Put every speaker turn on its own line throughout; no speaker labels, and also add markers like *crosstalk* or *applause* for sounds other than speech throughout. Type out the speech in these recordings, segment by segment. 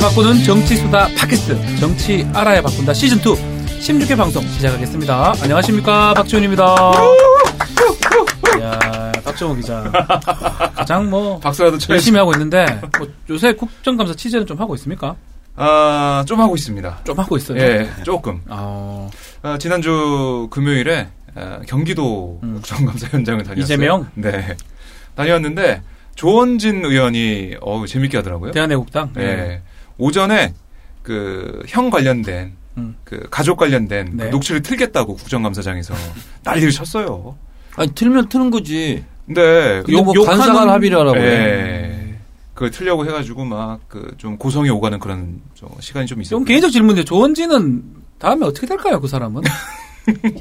바꾸는 정치수다 팟캐스트 정치 알아야 바꾼다 시즌2 16회 방송 시작하겠습니다. 안녕하십니까 박지훈입니다. 이야 박정호 기자 가장 뭐
박수라도 쳐야지.
열심히 하고 있는데 뭐 요새 국정감사 취재는 좀 하고 있습니까?
아, 좀 하고 있습니다.
좀 하고 있어요.
예, 조금.
아,
아, 지난주 금요일에 아, 경기도
음.
국정감사 현장을 다녔어요.
이재명?
네. 다녔는데 조원진 의원이 어우 재밌게 하더라고요.
대한애국당.
예.
음.
오전에 그 형 관련된
음.
그 가족 관련된
네.
그 녹취를 틀겠다고 국정감사장에서 *laughs* 난리를 쳤어요.
아니 틀면 트는 거지.
근데
이거 뭐
욕하는-
간사간 합의라라고.
예. 그걸 틀려고 해가지고 막 그 좀 고성이 오가는 그런 저 시간이 좀 있었어요.
좀 개인적 질문인데 조원진은 다음에 어떻게 될까요 그
*laughs*
사람은?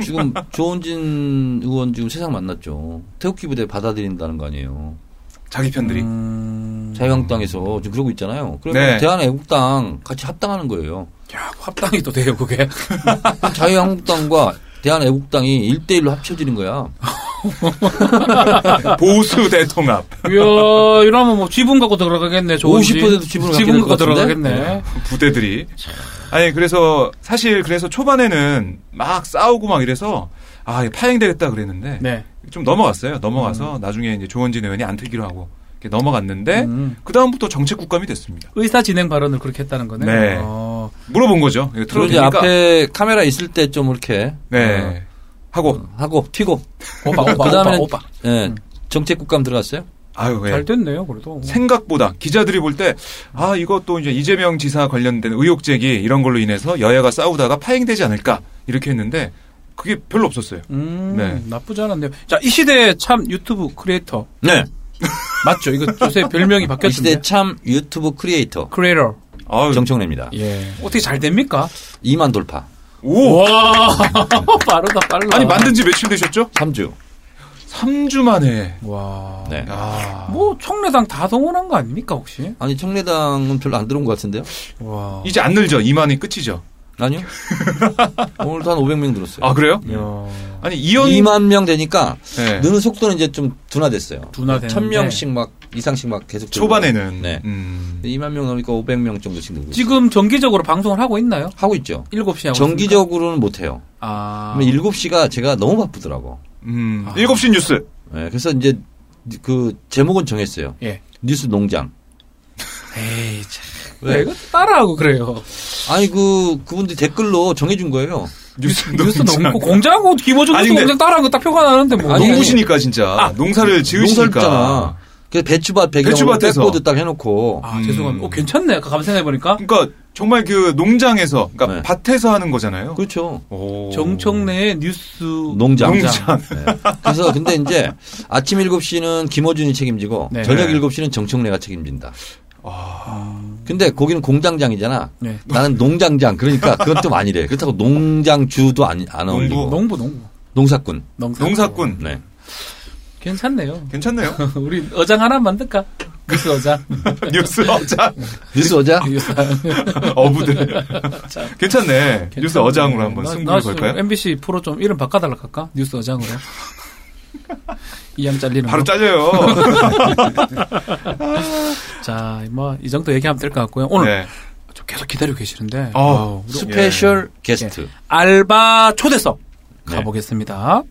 지금 조원진 의원 지금 세상 만났죠. 태극기 부대 받아들인다는 거 아니에요.
자기 편들이.
음,
자유한국당에서 지금 그러고 있잖아요. 그러면
네.
대한애국당 같이 합당하는 거예요.
야 합당이 또 돼요 그게.
그럼 자유한국당과 대한애국당이 일대일로 합쳐지는 거야.
보수 대통합.
이야 이러면 뭐 지분 갖고 들어가겠네 조원진.
50% 지분을 갖게
지분 갖고
될것 같은데?
들어가겠네.
부대들이. 아니, 그래서, 사실, 그래서 초반에는 막 싸우고 막 이래서, 아, 이거 파행되겠다 그랬는데,
네.
좀 넘어갔어요. 넘어가서, 나중에 이제 조원진 의원이 안 틀기로 하고, 이렇게 넘어갔는데,
음.
그다음부터 정책 국감이 됐습니다.
의사 진행 발언을 그렇게 했다는 거네.
네.
어,
물어본 거죠. 이거
그리고
틀어도
이제
되니까.
앞에 카메라 있을 때 좀 이렇게
네. 하고,
어, 하고 튀고.
오빠 오빠
그다음에는-
오빠. 오빠.
예. 정책 국감 들어갔어요?
아유, 예.
잘 됐네요 그래도.
생각보다 기자들이 볼 때, 아, 이것도 이제 이재명 지사 관련된 의혹 제기 이런 걸로 인해서 여야가 싸우다가 파행되지 않을까, 이렇게 했는데, 그게 별로 없었어요.
음,
네.
나쁘지 않은데요. 자, 이 시대에 참 유튜브 크리에이터.
네.
맞죠? 이거 요새 별명이
이
바뀌었는데.
시대 참 유튜브 크리에이터
크리에이터.
아유,
정청래입니다.
예. 어떻게 잘 됩니까?
2만 돌파.
오!
와, *laughs* 빠르다, 빨라.
아니, 만든 지 며칠 되셨죠?
3주.
3주 만에.
와.
네.
아.
뭐, 청래당 다 동원한 거 아닙니까, 혹시?
아니 청래당은 별로 안 들어온 것 같은데요?
와.
이제 안 늘죠. 2만이 끝이죠. *laughs*
아니요. 오늘도 한 500명 들었어요.
아, 그래요?
네. 이야.
아니, 이현.
2만 명 되니까
네.
느는 속도는 이제 좀 둔화됐어요.
둔화되는데.
1000명씩 막 이상씩 막 계속 들고.
초반에는.
네.
음.
2만 명 넘으니까 500명 정도씩 늘고 있어요.
지금 정기적으로 방송을 하고 있나요?
하고 있죠.
네,
7시 하고. 있습니까?
정기적으로는 음, 못 해요.
아.
그러면 7시가 제가 너무 바쁘더라고.
음.
아.
7시 뉴스.
예, 그래서 이제 그 제목은 정했어요.
예.
뉴스 농장.
에이, 참. 왜 이거 따라하고 그래요?
아니 그 그분들이 댓글로 정해 준 거예요.
뉴스,
뉴스
농장.
농구 공장하고 김호중
아니,
뉴스
근데-
공장 따라한 거 딱 표가 나는데 뭐.
아니,
농구시니까, 진짜. 농사를 지으시니까.
농사잖아. 그래서 배추밭 배경으로
배추밭에서.
백보드 딱 해놓고
아,
음.
죄송합니다. 어, 괜찮네. 아까 감생해보니까.
그러니까, 정말 그 농장에서, 그러니까
네.
밭에서 하는 거잖아요.
그렇죠.
오.
정청래의 뉴스
농장.
농장.
네. 그래서 근데 이제 아침 7시는 김어준이 책임지고
네.
저녁
네.
7시는 정청래가 책임진다.
아,
근데 거기는 공장장이잖아.
네.
나는 농장장. 그러니까 그건 좀 아니래. 그렇다고 농장주도 안, 안
농부.
어울리고. 농,
농부 농부
사꾼
농사.
농사꾼.
네.
괜찮네요. *laughs*
괜찮네요.
우리
*laughs*
어장 하나 만들까? 뉴스 어장.
뉴스 어장.
뉴스 어자?
뉴스
어부들. 괜찮네. 뉴스 어장으로 한번
나-
승부를
나 지금
걸까요?
MBC 프로 좀 이름 바꿔달라 할까? 뉴스
*laughs*
어장으로. 이양 잘리는
바로
거.
짜져요.
자, 뭐 이 정도 얘기하면 될 것 같고요. 오늘
네.
좀 계속 기다리고 계시는데
어.
아우, 우리
스페셜 게스트.
알바 초대석
네.
가보겠습니다.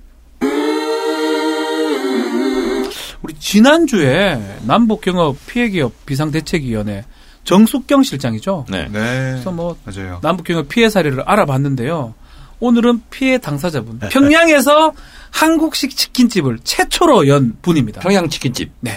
우리 지난주에 남북경협 피해기업 비상대책위원회 정숙경 실장이죠.
네.
네.
그래서 뭐
맞아요.
남북경협 피해 사례를 알아봤는데요. 오늘은 피해 당사자분 평양에서 한국식 치킨집을 최초로 연 분입니다.
평양 치킨집.
네.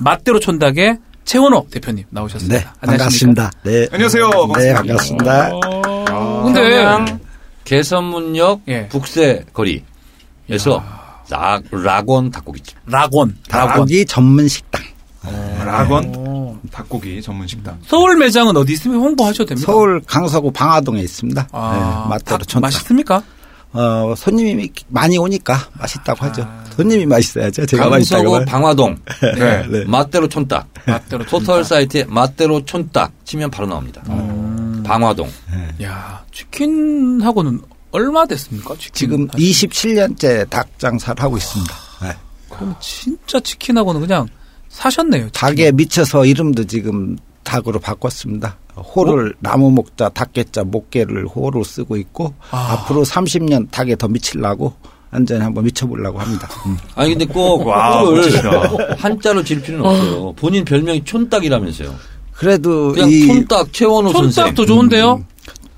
맛대로 촌닭의 최원호 대표님 나오셨습니다.
네,
안녕하십니까?
반갑습니다. 네.
안녕하세요.
네, 반갑습니다.
어,
아.
근데
평양 개선문역
예.
북새 거리에서 락, 락원 닭고기집.
락원, 락원.
닭고기 전문 식당.
락원
네.
어.
닭고기 전문 식당.
서울 매장은 어디 있으면 홍보하셔도 됩니다.
서울 강서구 방화동에 있습니다. 네, 맛대로
아, 닭
촌
맛있습니까?
어, 손님이 많이 오니까 맛있다고 하죠. 손님이 맛있어야죠. 제가 맛있다고.
강서구
말-
방화동.
네.
네.
맛대로 촌딱.
맛대로
포털 사이트에 맛대로 촌딱 치면 바로 나옵니다. 방화동.
야 치킨하고는 얼마 됐습니까? 치킨
지금
하시-
27년째 닭 장사를 하고 있습니다. 네.
그럼 진짜 치킨하고는 그냥 사셨네요.
닭에 미쳐서 이름도 지금 닭으로 바꿨습니다. 호를 나무 목자, 닭개자, 목개를 호로 쓰고 있고
아.
앞으로 30년 닭에 더 미치려고 완전히 한번 미쳐보려고 합니다. 음.
아니 근데 꼭
와,
호를
멋지시다.
한자로 지을 필요는 없어요. 본인 별명이 촌딱이라면서요.
그래도
그냥
이
촌딱 최원호 선생.
손짝도 좋은데요.
음,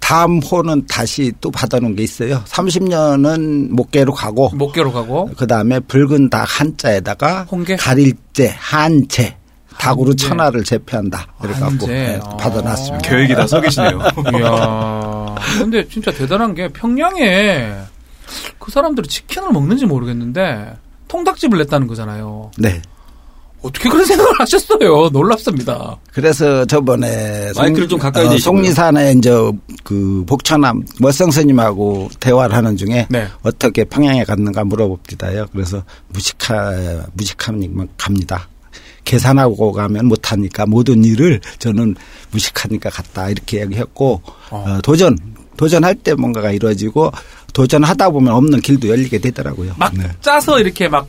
다음 호는 다시 또 받아놓은 게 있어요. 30년은 목개로 가고
목계로
*laughs*
가고
그 다음에 붉은 닭 한자에다가
홍게?
가릴재 한채 닭으로 천하를 제패한다 이렇게 갖고
한채.
예,
아.
받아놨습니다.
계획이 다
*laughs*
서계시네요.
이야. 근데 진짜 대단한 게 평양에 그 사람들이 치킨을 먹는지 모르겠는데 통닭집을 냈다는 거잖아요.
네.
어떻게 그런 생각을 하셨어요? 놀랍습니다.
그래서 저번에 어,
마이크를 좀 가까이 대시고요.
송리산에 이제 그 복천암 월성 스님하고 대화를 하는 중에
네.
어떻게 평양에 갔는가 물어봅니다요. 그래서 무식하 무식하면 갑니다. 계산하고 가면 못하니까 모든 일을 저는 무식하니까 갔다 이렇게 얘기했고 어, 도전 도전할 때 뭔가가 이루어지고 도전하다 보면 없는 길도 열리게 되더라고요.
막
네.
짜서 이렇게 막,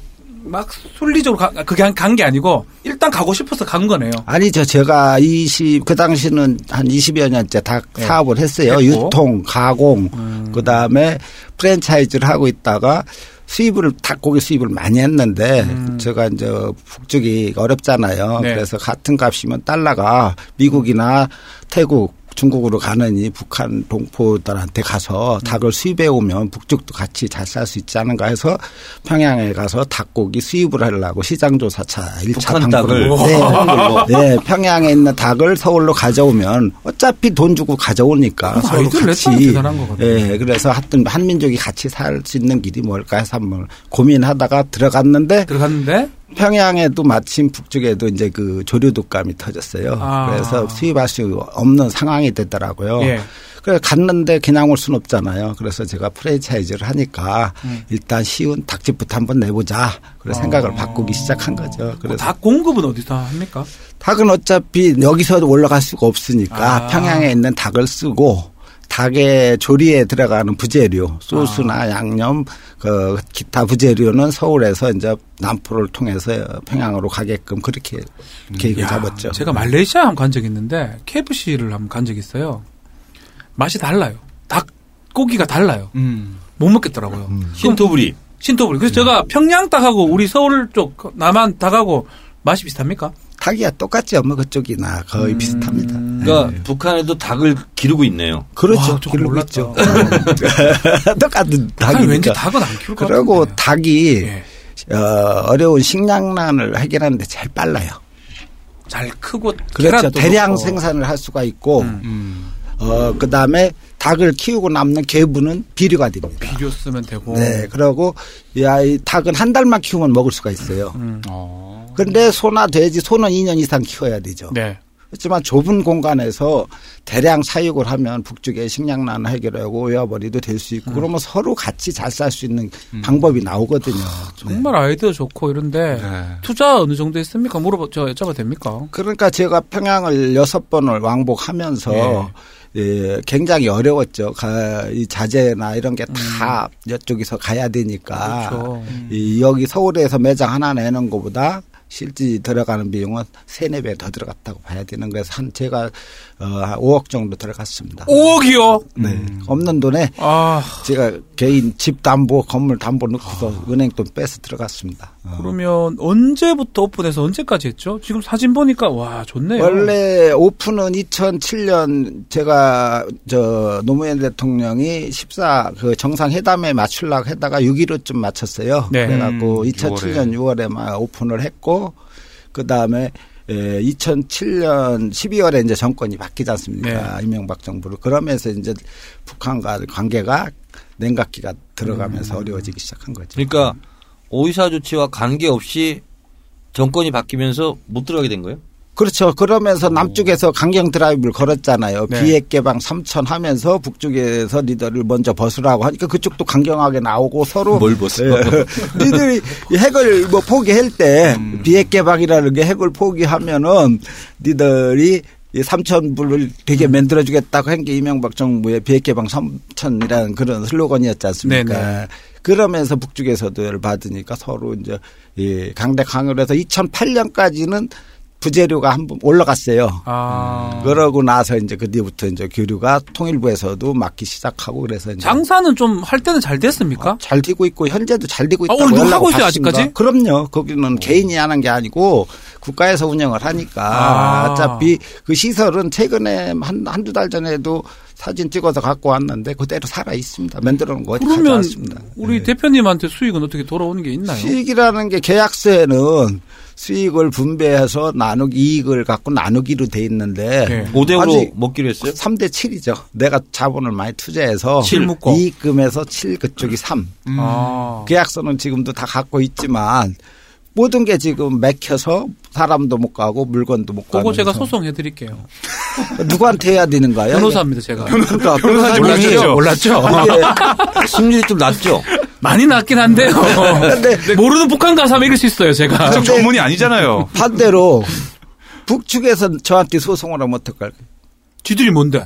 막 순리적으로 가, 그게 간 게 아니고 일단 가고 싶어서 간 거네요.
아니죠. 제가 20, 그 당시는 한 20여 년째 다
예.
사업을 했어요.
했고.
유통, 가공, 그 다음에 프랜차이즈를 하고 있다가 수입을, 닭고기 수입을 많이 했는데 제가 이제 북쪽이 어렵잖아요.
네.
그래서 같은 값이면 달러가 미국이나 태국, 중국으로 가느니 북한 동포들한테 가서 닭을 수입해 오면 북쪽도 같이 잘 살 수 있지 않은가 해서 평양에 가서 닭고기 수입을 하려고 시장조사차 일차
북한
당구를
닭을.
네.
*laughs*
와. 걸로.
네, 평양에 있는 닭을 서울로 가져오면 어차피 돈 주고 가져오니까 서로
아이들
같이.
냈다는 대단한 거거든요.
예, 그래서 하여튼 한민족이 같이 살 수 있는 길이 뭘까 해서 한번 고민하다가 들어갔는데
그 들어갔는데 뭐
평양에도 마침 북쪽에도 이제 그 조류 독감이 터졌어요.
아.
그래서 수입할 수 없는 상황이 되더라고요.
예.
그래 갔는데 그냥 올 수는 없잖아요. 그래서 제가 프랜차이즈를 하니까
음.
일단 쉬운 닭집부터 한번 내보자.
아.
그래서 생각을 바꾸기 시작한 거죠.
그
그래서
닭 공급은 어디서 합니까?
닭은 어차피 여기서 올라갈 수가 없으니까
아.
평양에 있는 닭을 쓰고 닭의 조리에 들어가는 부재료, 소스나
아.
양념, 그 기타 부재료는 서울에서 이제 남포를 통해서 평양으로 가게끔 그렇게 계획을
야,
잡았죠.
제가 말레이시아 한번 간 적이 있는데 KFC를 한번 간 적이 있어요. 맛이 달라요. 닭고기가 달라요.
음.
못 먹겠더라고요.
신토부리.
신토불. 그래서
네.
제가 평양 닭하고 우리 서울 쪽 남한 닭하고 맛이 비슷합니까?
닭이야 똑같죠. 뭐 그쪽이나
음.
거의 비슷합니다.
그러니까 북한에도 닭을 기르고 있네요.
그렇죠.
와, 조금
기르고
놀랐다.
있죠. *laughs* 똑같은
닭이 왠지
닭이니까.
닭은 안 키울 것
그리고
같은데.
닭이
예.
어, 어려운 식량난을 해결하는데 제일 빨라요.
잘 크고
그렇죠.
계란도
대량
넣고.
생산을 할 수가 있고,
음.
음.
어, 그 다음에 닭을 키우고 남는 개분은 비료가 됩니다.
비료 어. 쓰면 되고.
네. 그러고, 이 아이 닭은 한 달만 키우면 먹을 수가 있어요.
음.
어.
그런데 소나 돼지, 소는 2년 이상 키워야 되죠.
네.
그렇지만 좁은 공간에서 대량 사육을 하면 북쪽에 식량난 해결하고 외화벌이도 될 수
음.
있고 그러면 서로 같이 잘 살 수 있는 방법이 나오거든요. 네.
정말 음. 아이디어 좋고 이런데
네.
투자 어느 정도 했습니까? 물어봐 저 여쭤봐도 됩니까?
그러니까 제가 평양을 여섯 번을 왕복하면서 예, 굉장히 어려웠죠. 가, 이 자재나 이런 게 다 이쪽에서 가야 되니까
음.
음.
그렇죠.
이, 여기 서울에서 매장 하나 내는 것보다 실제 들어가는 비용은 세네 배 더 들어갔다고 봐야 되는 거에서 한 제가 어, 한 5억 정도 들어갔습니다.
5억이요.
네.
음.
없는 돈에
아
제가 개인 집 담보 건물 담보 넣고서 은행 돈 빼서 들어갔습니다. 어.
그러면 언제부터 오픈해서 언제까지 했죠? 지금 사진 보니까 와 좋네요.
원래 오픈은 2007년 제가 저 노무현 대통령이 14 그 정상회담에 맞추려고 했다가 6.15쯤 맞췄어요.
네.
그래갖고
음,
2007년 6월에 막 오픈을 했고 그 다음에 2007년 12월에 이제 정권이 바뀌지 않습니까?
네.
이명박 정부로 그러면서 이제 북한과 관계가 냉각기가 들어가면서
음.
어려워지기 시작한 거죠.
그러니까 오이사 조치와 관계없이 정권이 바뀌면서 못 들어가게 된 거예요?
그렇죠. 그러면서 남쪽에서 강경 드라이브를 걸었잖아요.
네.
비핵 개방 삼천 하면서 북쪽에서 리더를 먼저 벗으라고 하니까 그쪽도 강경하게 나오고 서로
뭘 벗어?
예. 니들이 이 핵을 뭐 포기할 때 비핵 개방이라는 게 핵을 포기하면은 니들이 이 삼천불을 되게 만들어주겠다고 한 게 이명박 정부의 비핵 개방 삼천이라는 그런 슬로건이었지 않습니까?
네네.
예. 그러면서 북쪽에서도 열받으니까 서로 이제 이 강대 강요를 해서 2008년까지는 부재료가 한 번 올라갔어요.
아.
음, 그러고 나서 이제 그 뒤부터 이제 교류가 통일부에서도 막기 시작하고 그래서 이제
장사는 좀 할 때는 잘 됐습니까?
잘 되고 있고 현재도 잘 되고
아,
있다고
오늘 누가
연락
하고 있어요,
받습니다.
아직까지? 어.
그럼요. 거기는 개인이 하는 게 아니고 국가에서 운영을 하니까
아.
어차피 그 시설은 최근에 한 한두 달 전에도 사진 찍어서 갖고 왔는데 그대로 살아 있습니다. 만들어 놓은 거 어디 가지
그러면
않습니다. 네.
우리 대표님한테 수익은 어떻게 돌아오는 게 있나요?
수익이라는 게 계약서에는 수익을 분배해서 나누기 이익을 갖고 나누기로 돼 있는데
네.
5대 5로
아직
먹기로 했어요?
3대 7이죠. 내가 자본을 많이 투자해서
칠 묶어.
이익금에서 7 그쪽이 3.
아.
계약서는 지금도 다 갖고 있지만 모든 게 지금 맥혀서 사람도 못 가고 물건도 못 가고
그거 제가 소송해
아,
드릴게요.
*laughs* 누구한테 해야 되는가요?
변호사입니다, 제가.
그러니까
변호사님
변호사님이
몰랐죠?
몰랐죠.
*laughs*
예.
승률이 좀 낮죠?
많이 낮긴
*laughs*
한데요.
근데-
모르는 북한 가서 하면 이길 수 있어요, 제가.
저 전문이 아니잖아요.
반대로 북측에서 저한테 소송을 하면 어떡할까?
쥐들이 뭔데?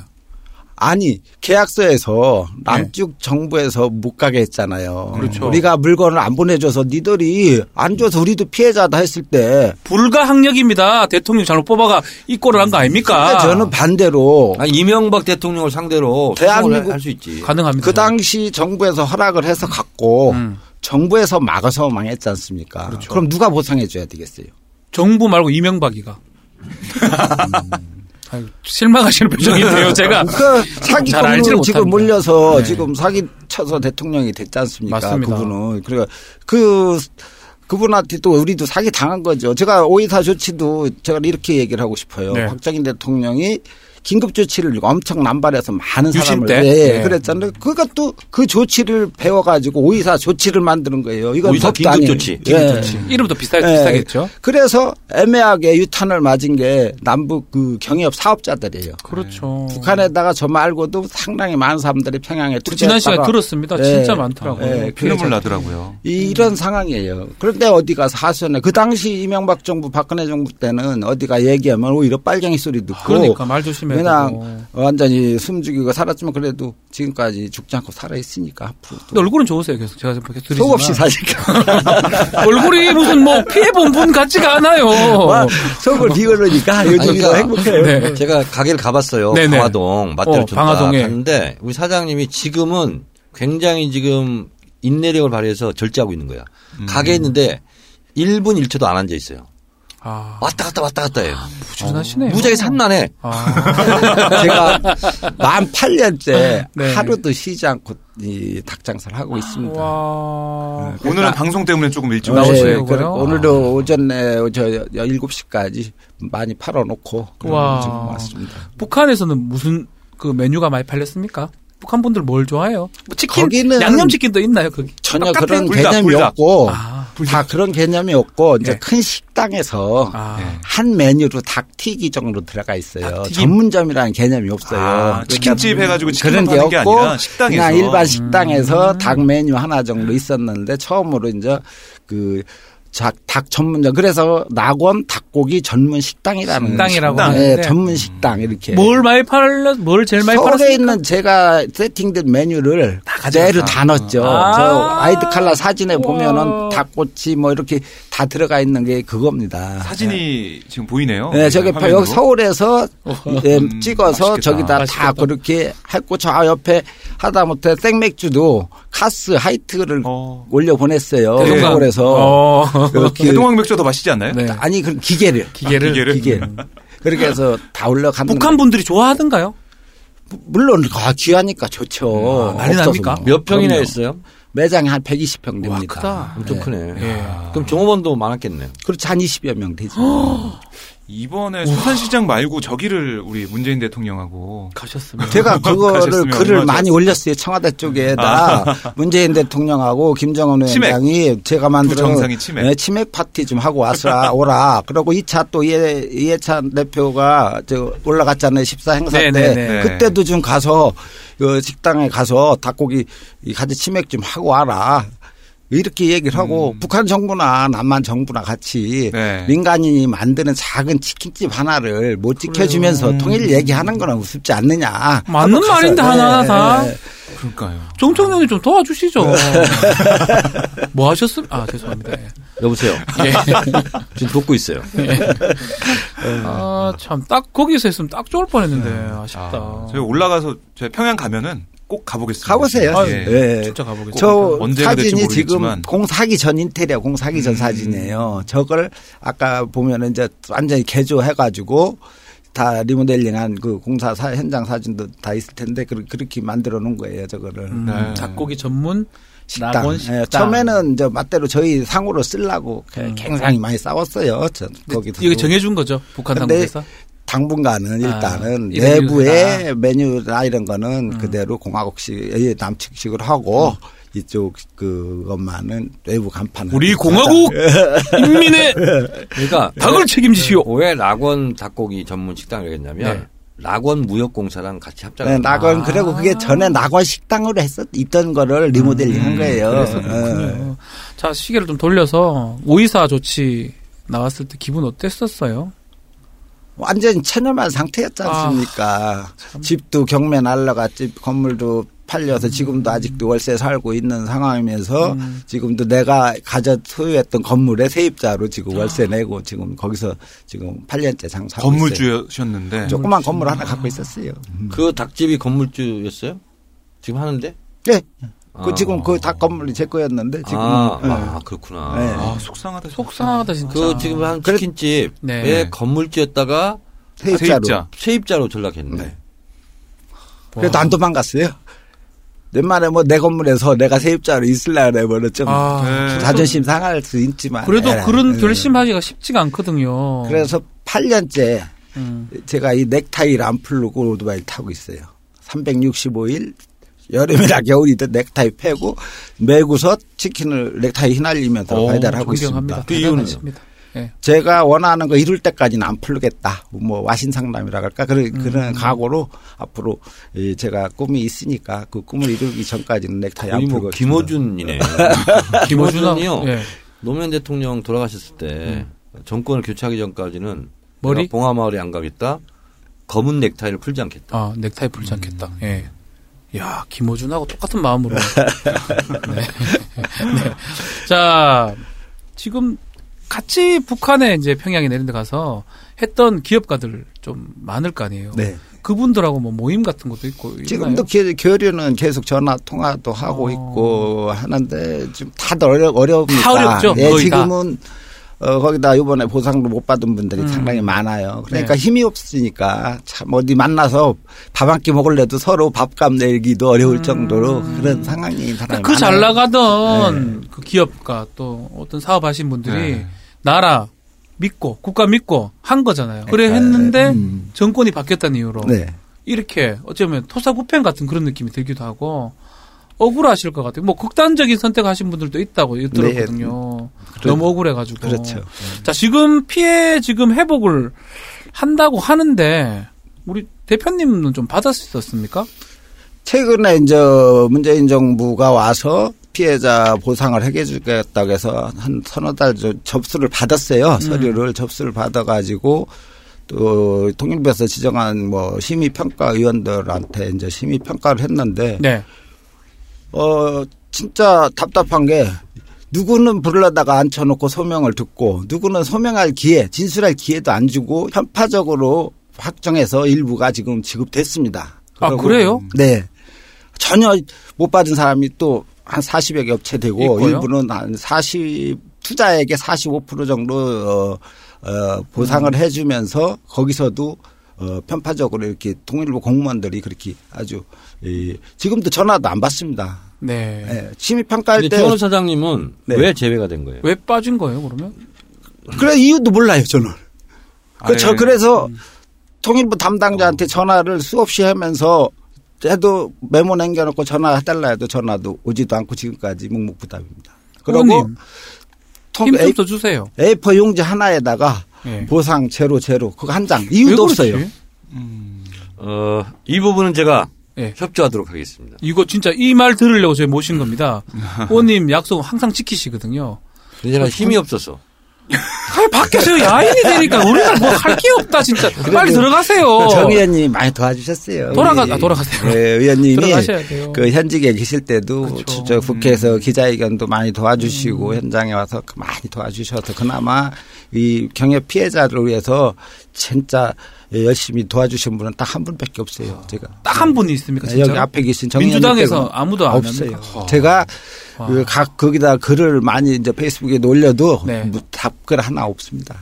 아니 계약서에서 남쪽 정부에서 못 가게 했잖아요.
네. 그렇죠.
우리가 물건을 안 보내줘서 니들이 안 줘서 우리도 피해자다 했을 때
불가항력입니다. 대통령 잘못 뽑아가 이 꼴을 한 거 아닙니까?
근데 그러니까 저는 반대로
아니, 이명박 대통령을 상대로
대한민국-
할 수 있지.
가능합니다.
그 당시 정부에서 허락을 해서 갖고
음. 그렇죠.
정부에서 막아서 망했지 않습니까? 그럼 누가 보상해 줘야 되겠어요?
정부 말고
*laughs*
이명박이가. 아유, 실망하시는 표정인데요, 제가.
그
그러니까
사기
잘 알지를
공로 지금
못합니다.
몰려서
네.
지금 사기 쳐서 대통령이 됐지 않습니까?
맞습니다.
그분은 그러니까 그 그분한테 또 우리도 사기 당한 거죠. 제가 오이사 조치도 제가 이렇게 얘기를 하고 싶어요.
네.
박정희 대통령이 긴급 조치를 엄청 남발해서 많은
유신
사람을
때?
예,
네.
그랬잖아요. 그것도 그 조치를 배워가지고 오이사 조치를 만드는 거예요. 이건
오이사
법도
긴급
아니에요.
조치.
예.
이름도 네. 비싸,
예.
비싸겠죠?
그래서 애매하게 유탄을 맞은 게 남북 그 경협 사업자들이에요.
그렇죠.
북한에다가 저 말고도 상당히 많은 사람들이 평양에
우리 지난 시간에
투자했다가
들었습니다.
예.
진짜 많더라고요.
예,
어, 피눈물
그래서
나더라고요.
이- 이런 상황이에요. 그런데 어디가 사선에 그 당시 이명박 정부 박근혜 정부 때는 어디가 얘기하면 오히려 빨갱이 소리 듣고
그러니까 말 조심해야 되고.
뭐 그냥 완전히 숨죽이고 살았지만 그래도 지금까지 죽지 않고 살아 있으니까
근데
앞으로도
얼굴은 좋으세요, 계속. 제가 계속 드리지만.
속 없이
*laughs*
사니까
얼굴이 무슨
*laughs*
뭐 피해본 분 같지가 않아요.
와, 어. 속을 비우니까 요즘 더
그러니까-
행복해요.
어. 아, 네.
제가 가게를 가봤어요.
네네.
방화동
어,
맞대로 줬다
방화동에.
갔는데 우리 사장님이 지금은 굉장히 지금 인내력을 발휘해서 절제하고 있는 거야.
음.
가게 있는데 1분 1초도 안 앉아 있어요.
아, 뭐.
왔다 갔다 왔다 갔다 해요.
부지런하시네요.
무지하게 산만해.
아,
*laughs* 제가 만 8년째
네.
하루도 쉬지 않고 이 닭장사를 하고 있습니다. 네.
와.
네. 오늘은
그러니까
방송 때문에 조금 일찍
음.
네.
나오셨어요.
나오시는
그래,
거예요?
오늘도 오전에 저 7시까지 많이 팔아놓고 그리고
와.
지금 왔습니다.
북한에서는 무슨 그 메뉴가 많이 팔렸습니까? 북한 분들 뭘 좋아해요? 뭐 치킨,
거기는
양념치킨도 있나요? 거기?
전혀
똑같아요.
그런
불닭,
개념이
불닭.
없고
아,
다 그런 개념이 없고 이제
예.
큰 식당에서
아.
네.
한 메뉴로 닭튀기 정도 들어가 있어요.
닭튀김.
전문점이라는 개념이 없어요. 그러니까
아, 치킨집 해가지고
그런
치킨
게
파는 게
없고
아니라 식당에서 음.
그냥 일반 식당에서 닭 메뉴 하나 정도 있었는데 처음으로 이제 그 닭, 닭 전문점 그래서 낙원 닭고기 전문 식당이라는
식당이라고
식당.
하는데.
예, 전문 식당 이렇게
예. 뭘 많이 팔렸, 뭘 제일 많이 팔았어요?
서울에 있는 제가 세팅된 메뉴를 그대로 다 넣었죠.
아.
저 아이드 칼라 사진에
우와.
보면은 닭꼬치 뭐 이렇게 다 들어가 있는 게 그거입니다.
사진이 지금 어, 보이네요.
네, 저기 봐-
화면으로.
여기 서울에서 예,
음,
찍어서
맛있겠다.
저기다
맛있겠다.
다 그렇게 했고 저 아, 옆에 하다못해 생맥주도 카스 하이트를
어.
올려 보냈어요.
네.
그 서울에서
예.
*laughs*
어.
이렇게
대동항 맥주 더 맛있지 않나요?
네.
아니 그 기계를
기계를.
기계를?
기계 그렇게 해서 다 올려갔는데
북한 분들이 좋아하던가요?
물론 아, 귀하니까 좋죠.
아, 난리
없어서
납니까?
뭐.
몇 평이나
그럼요.
했어요?
매장이 한 120평 됩니다.
크다.
엄청 크네.
예.
그럼 종업원도 많았겠네요.
그렇지 한 20여 명 되죠.
이번에 수산시장 말고 저기를 우리 문재인 대통령하고
가셨습니다.
*laughs*
제가 그거를
가셨으면
글을
얼마나 아.
많이 올렸어요. 청와대 쪽에다 *laughs* 문재인 대통령하고 김정은
치맥.
위원장이 제가 만든
정상이 치맥.
네, 치맥 파티 좀 하고
*laughs*
왔으라 오라. 그리고 2차 또 이해, 이해찬 대표가 저 올라갔잖아요. 14 행사
네,
때.
네,
네.
그때도 좀 가서 그 식당에 가서 닭고기 이 같이 치맥 좀 하고 와라. 이렇게 얘기를 하고
음.
북한 정부나 남한 정부나 같이
네.
민간인이 만드는 작은 치킨집 하나를 못 지켜주면서 통일 얘기하는 거는 우습지 않느냐.
맞는
한번 가서- 네,
말인데
예,
하나 다.
그러니까요.
정청년이 좀 도와주시죠.
네.
*laughs* 뭐 하셨음? 아 죄송합니다. 예.
여보세요.
예.
*laughs* 지금 돕고 있어요.
네.
아 참 딱 거기서 했으면 딱 좋을 뻔했는데 네. 아쉽다.
아, 저희 올라가서 저희 평양 가면은 꼭 가보겠습니다.
가보세요.
아,
예.
예.
진짜 가보겠습니다.
저
언제가 될지
사진이 지금
모르겠지만. 음.
공사기 전 인테리어 공사기 전 사진이에요. 저걸 아까 보면은 이제 완전히 개조해가지고 다 리모델링한 그 공사 사- 현장 사진도 다 있을 텐데 그, 렇게 만들어 놓은 거예요. 저거를.
음,
네.
작곡이 전문
식당.
낙원
예,
식당.
처음에는 이제 맞대로 저희 상으로 쓰려고
음.
굉장히 많이 싸웠어요. 저, 거기서.
이게 정해준 거죠 북한
근데 *laughs*
당국에서.
당분간은
아,
일단은
이런 음.
내부의 메뉴나 이런 거는 그대로 공화국식, 예, 남측식으로 하고 이쪽 그것만은 외부 간판은
우리 공화국 인민의
그러니까
닭을 책임지시오.
왜 낙원 닭고기 전문 식당이라고 했냐면
네.
낙원 무역공사랑 같이 합작을
네,
한 거예요.
낙원
아.
그리고 그게 전에 낙원 식당으로 했었 있던 거를 리모델링 한 거예요. 예.
음, 그렇군요. 어, 자 시계를 좀 돌려서 오이사 조치 나왔을 때 기분 어땠었어요?
완전 체념한 상태였지 않습니까? 집도 경매 날라갔지 건물도 팔려서 지금도 아직도 월세 살고 있는 상황이면서 지금도 내가 가져 소유했던 건물의 세입자로 지금 월세 내고 지금 거기서 지금 8년째 장사하고 있어요.
건물주셨는데
조그만 건물 하나 갖고 있었어요. 음.
그 닭집이 건물주였어요? 지금 하는데?
네. 그
아.
지금 그 닭 건물이 제 거였는데 지금 뭐,
아, 아, 그렇구나.
네.
아 속상하다.
속상하다 진짜.
그 지금 한 치킨집에
네.
건물주였다가
세입자로.
세입자.
세입자로 전락했는데
네. 그래도 안 도망갔어요. 옛말에 뭐 내 건물에서 내가 세입자로 있으려 그러면 좀
아,
네.
자존심 상할 수 있지만
그래도
에라,
그런
예.
결심하기가 쉽지가 않거든요.
그래서 8년째
음.
제가 이 넥타이를 안 풀고 오토바이 를 타고 있어요. 365일 여름이나 겨울이든 넥타이 패고 매구서 치킨을 넥타이 휘날리면서
오,
배달하고
어, 존경합니다.
있습니다.
그 이유는요?
대단하십니다. 예.
제가 원하는 거 이룰 때까지는 안 풀겠다. 뭐 와신상담이라 할까 그런 그런
음.
각오로 앞으로 이 제가 꿈이 있으니까 그 꿈을 이루기 전까지는 넥타이 안
거의
풀고
뭐
있습니다. 네.
김어준이네.
*laughs*
김어준이요.
예.
노무현 대통령 돌아가셨을 때 정권을 교체하기 전까지는
머리?
내가 봉화마을에 안 가겠다. 검은 넥타이를 풀지 않겠다.
아 넥타이 풀지 않겠다. 예. 야 김호준하고 똑같은
*laughs*
마음으로. 네. 네. 자 지금 같이 북한에 이제 평양에 내린 데 가서 했던 기업가들 좀 많을 거 아니에요.
네.
그분들하고 뭐 모임 같은 것도 있고 있나요? 그
지금도 교- 교류는 계속 전화 통화도 하고
어.
있고 하는데 지금 다들 어려, 어렵니까.
다 어렵죠,
예,
거의 다.
지금은 어, 거기다 이번에 보상도 못 받은 분들이
음.
상당히 많아요. 그러니까
네.
힘이 없으니까 참 어디 만나서 밥 한 끼 먹을래도 서로 밥값 내기도 어려울 정도로 그런 상황이 사람이
음. 그 잘
많아요. 네.
나가던 그 기업가 또 어떤 사업하신 분들이
네.
나라 믿고 국가 믿고 한 거잖아요. 그래 했는데
네. 음.
정권이 바뀌었다는 이유로
네.
이렇게 어쩌면 토사구팽 같은 그런 느낌이 들기도 하고 억울하실 것 같아요. 뭐 극단적인 선택하신 분들도 있다고 들었거든요. 너무 억울해가지고.
네, 예. 그렇죠.
자 지금 피해 지금 회복을 한다고 하는데 우리 대표님은 좀 받았었습니까?
최근에 이제 문재인 정부가 와서 피해자 보상을 해결해 주겠다고 해서 한 서너 달 전 접수를 받았어요. 서류를 접수를 받아가지고 또 통일부에서 지정한 뭐 심의평가 위원들한테 이제 심의평가를 했는데
네.
어, 진짜 답답한 게 누구는 부르려다가 앉혀놓고 소명을 듣고 누구는 소명할 기회, 진술할 기회도 안 주고 편파적으로 확정해서 일부가 지금 지급됐습니다.
아,
그러고,
그래요?
음, 네. 전혀 못 받은 사람이 또 한 40여 개 업체 되고
있고요?
일부는 한 40, 투자액의 45% 정도 어, 어, 보상을
음.
해주면서 거기서도 어, 편파적으로 이렇게 통일부 공무원들이 그렇게 아주 이, 지금도 전화도 안 받습니다.
네.
예, 심의 평가할
근데
때
최원호 사장님은
네.
왜 제외가 된 거예요?
왜 빠진 거예요 그러면?
그래 이유도 몰라요 저는.
아예
그저 그래서
음.
통일부
어.
담당자한테 전화를 수없이 하면서 해도 메모 남겨놓고 전화 해달라 해도 전화도 오지도 않고 지금까지 묵묵부답입니다. 그리고
의원님,
통
힘좀
A-
써주세요.
A4 용지 하나에다가
예.
보상 제로 제로 그거 한 장
왜
이유도
그러지?
음.
없어요.
어, 이 부분은 제가
네.
예.
협조하도록 하겠습니다.
이거 진짜 이 말 들으려고 저희 모신
*laughs*
겁니다. 오님 약속 항상 지키시거든요.
그
왜냐면 힘이 없어서.
아, 밖에서 야인이 되니까 우리가 뭐 할 게 없다 진짜. 빨리 들어가세요.
정 의원님이 많이 도와주셨어요.
돌아가-
우리,
아, 돌아가세요.
예, 의원님이
들어가셔야 돼요.
그 현직에 계실 때도
그쵸.
저
음.
국회에서 기자회견도 많이 도와주시고 현장에 와서 그 많이 도와주셔서 그나마 이 경협 피해자를 위해서 진짜 열심히 도와주신 분은 딱 한 분밖에 없어요. 제가
딱 한 아, 분이 있습니까? 진짜?
여기 앞에 계신 정 의원님
민주당에서
빼고는.
아무도 안
없어요.
합니까? 아.
제가
와.
그각 거기다 글을 많이 이제 페이스북에 올려도
네. 아.
뭐 답글 하나 없습니다.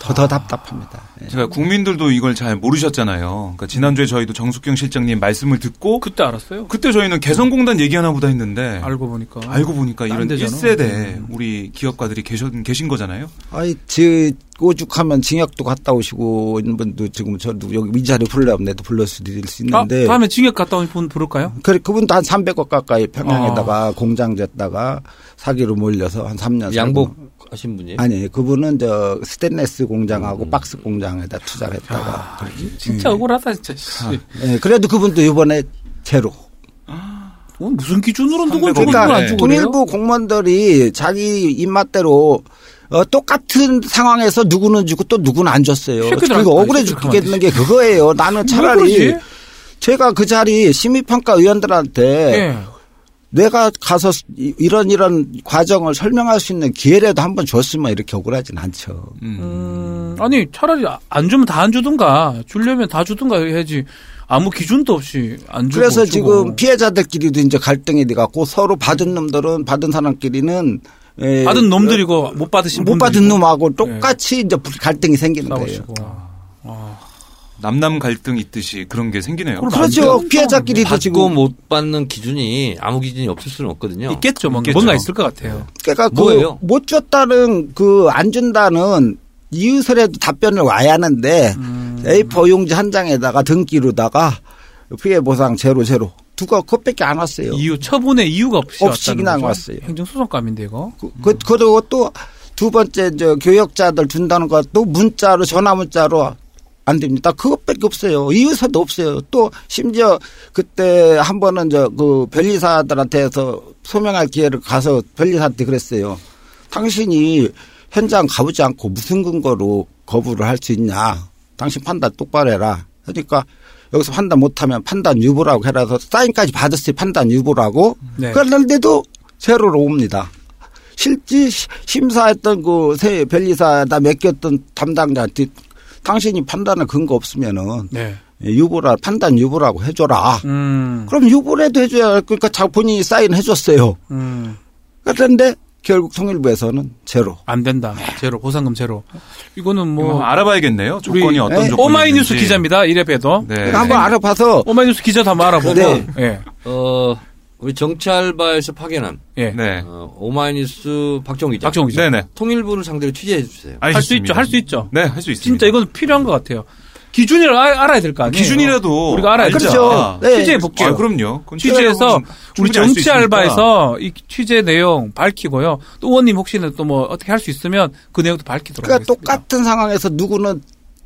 더 더 답답합니다. 예.
제가 국민들도 이걸 잘 모르셨잖아요. 그러니까 지난주에 저희도 정숙경 실장님 말씀을 듣고
그때 알았어요.
그때 저희는 개성공단 얘기하나 보다
네.
했는데
알고 보니까.
알고 보니까
딴 음.
이런
데잖아.
1세대 우리 기업가들이 계셔, 계신 거잖아요.
아이, 지 오죽하면 징역도 갔다 오시고 있는 분도 지금 저도 여기 이 자리 불러내도 불러드릴 수
아,
있는데.
다음에 징역 갔다 온 분 부를까요?
그래, 그분도 한 300억 가까이
아.
평양에다가 공장 졌다가 사기로 몰려서 한 3년.
양복 하신 분이에요?
아니, 그분은 저 스테인레스 공장하고
음.
박스 공장에다 투자를 했다가. 음. 네.
진짜 억울하다 진짜. 씨.
예, 그래도 그분도 이번에 제로.
오늘 어, 무슨 기준으로 누굴 주고
그러니까
누굴
네.
안 주고 그래요?
동일부 공무원들이 자기 입맛대로 어, 똑같은 상황에서 누구는 주고 또 누구는 안 줬어요.
새끼들
그리고
안-
억울해
아니, 새끼들 가만
죽겠는 게 그거예요. 나는 차라리
그러지?
제가 그 자리 심의평가 의원들한테
예.
내가 가서 이- 이런 이런 과정을 설명할 수 있는 기회라도 한번 줬으면 이렇게 억울하진 않죠.
음, 아니 차라리 아- 안 주면 다 안 주든가 주려면 다 주든가 해야지 아무 기준도 없이 안 주고.
그래서
주고.
지금 피해자들끼리도 이제 갈등이 돼갖고 서로 받은 놈들은 받은 사람끼리는 에,
받은 놈들이고 못 받으신
못 받은
분들이고 예.
놈하고 똑같이 이제 갈등이 생기는 거예요.
싸우시고.
남남 갈등 있듯이 그런 게 생기네요.
그럼
그렇죠.
안
피해자끼리도
받고
지금
못 받는 기준이 아무 기준이 없을 수는 없거든요.
있겠죠 뭔가
있겠죠.
뭔가 있을 것 같아요.
그러니까
뭐예요?
그못 줬다는 그 안 준다는 이웃에도 답변을 와야 하는데
음.
A4 용지 한 장에다가 등기로다가 피해 보상 제로 제로 두가 그것밖에 안 왔어요.
이유 처분의 이유가 없이
없이
왔다는
그냥
거죠?
왔어요.
행정소송감인데 이거.
그, 그, 그리고 또 두 번째 저 교역자들 준다는 것도 문자로 전화 문자로 안 됩니다. 그것밖에 없어요. 이유서도 없어요. 또 심지어 그때 한 번은 저 그 변리사들한테서 소명할 기회를 가서 변리사한테 그랬어요. 당신이 현장 가보지 않고 무슨 근거로 거부를 할 수 있냐. 당신 판단 똑바로 해라. 그러니까 여기서 판단 못하면 판단 유보라고 해라서 사인까지 받았을 때 판단 유보라고.
네.
그런데도 제로로 옵니다. 실제 시- 심사했던 그새 변리사다 맡겼던 담당자한테 당신이 판단할 근거 없으면은
네.
유보라 판단 유보라고 해줘라.
음.
그럼 유보라도 해줘야 그러니까 자 본인이 사인 해줬어요.
음.
그런데 결국 통일부에서는 제로.
안 된다. 제로 보상금 제로. 이거는 뭐
네. 뭐 알아봐야겠네요. 조건이
우리
어떤
에,
조건인지.
오마이뉴스 기자입니다. 이래 봬도
네.
그러니까 한번 알아봐서
오마이뉴스 기자도 한번 알아보고.
네.
예.
어, 우리 정찰바에서 파견한
예.
네.
어, 오마이뉴스 박정 기자.
박정우 기자.
네네.
통일부를 상대로 취재해 주세요.
할 수 있죠. 할 수 있죠.
네, 할 수 있습니다.
진짜 이건 필요한 것 같아요. 기준을 아- 알아야 될 거 아니에요.
기준이라도
우리가 알아야
알자.
되죠.
그렇죠. 네.
취재해 볼게요.
아, 그럼요. 그건
취재해서 우리
충분히 알수
정치
있으니까.
알바에서 이 취재 내용 밝히고요. 또 의원님 혹시는 또 뭐 어떻게 할 수 있으면 그 내용도 밝히도록
그러니까
하겠습니다.
똑같은 상황에서 누구는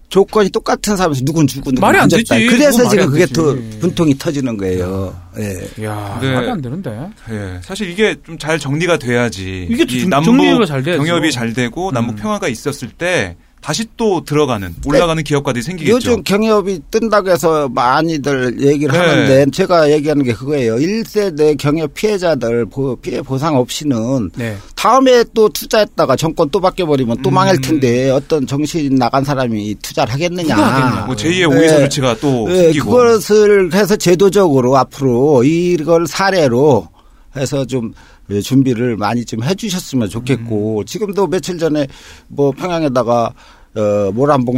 조건이 똑같은 사람에서 누군 주고 누군
말이 안
줬다.
되지.
그래서
그건 말이
지금
안
그게
되지. 아.
더 분통이 터지는 거예요. 예.
야,
네.
말이 안 되는데.
예, 사실 이게 좀 잘 정리가 돼야지.
이게
이
정-
남북
정리가 잘 돼야죠.
경협이 잘 되고 남북
음.
평화가 있었을 때 다시 또 들어가는 올라가는 기업가들이 생기겠죠.
네. 요즘 경협이 뜬다고 해서 많이들 얘기를
네.
하는데 제가 얘기하는 게 그거예요. 1세대 경협 피해자들 보- 피해 보상 없이는
네.
다음에 또 투자했다가 정권 또 바뀌어버리면 또 망할 텐데 어떤 정신 나간 사람이 투자를 하겠느냐.
하겠냐고.
뭐 제2의 오이사
네.
조치가 또
예,
생기고.
그것을 해서 제도적으로 앞으로 이걸 사례로 해서 좀 예, 준비를 많이 좀 해주셨으면 좋겠고 지금도 며칠 전에 뭐 평양에다가 어,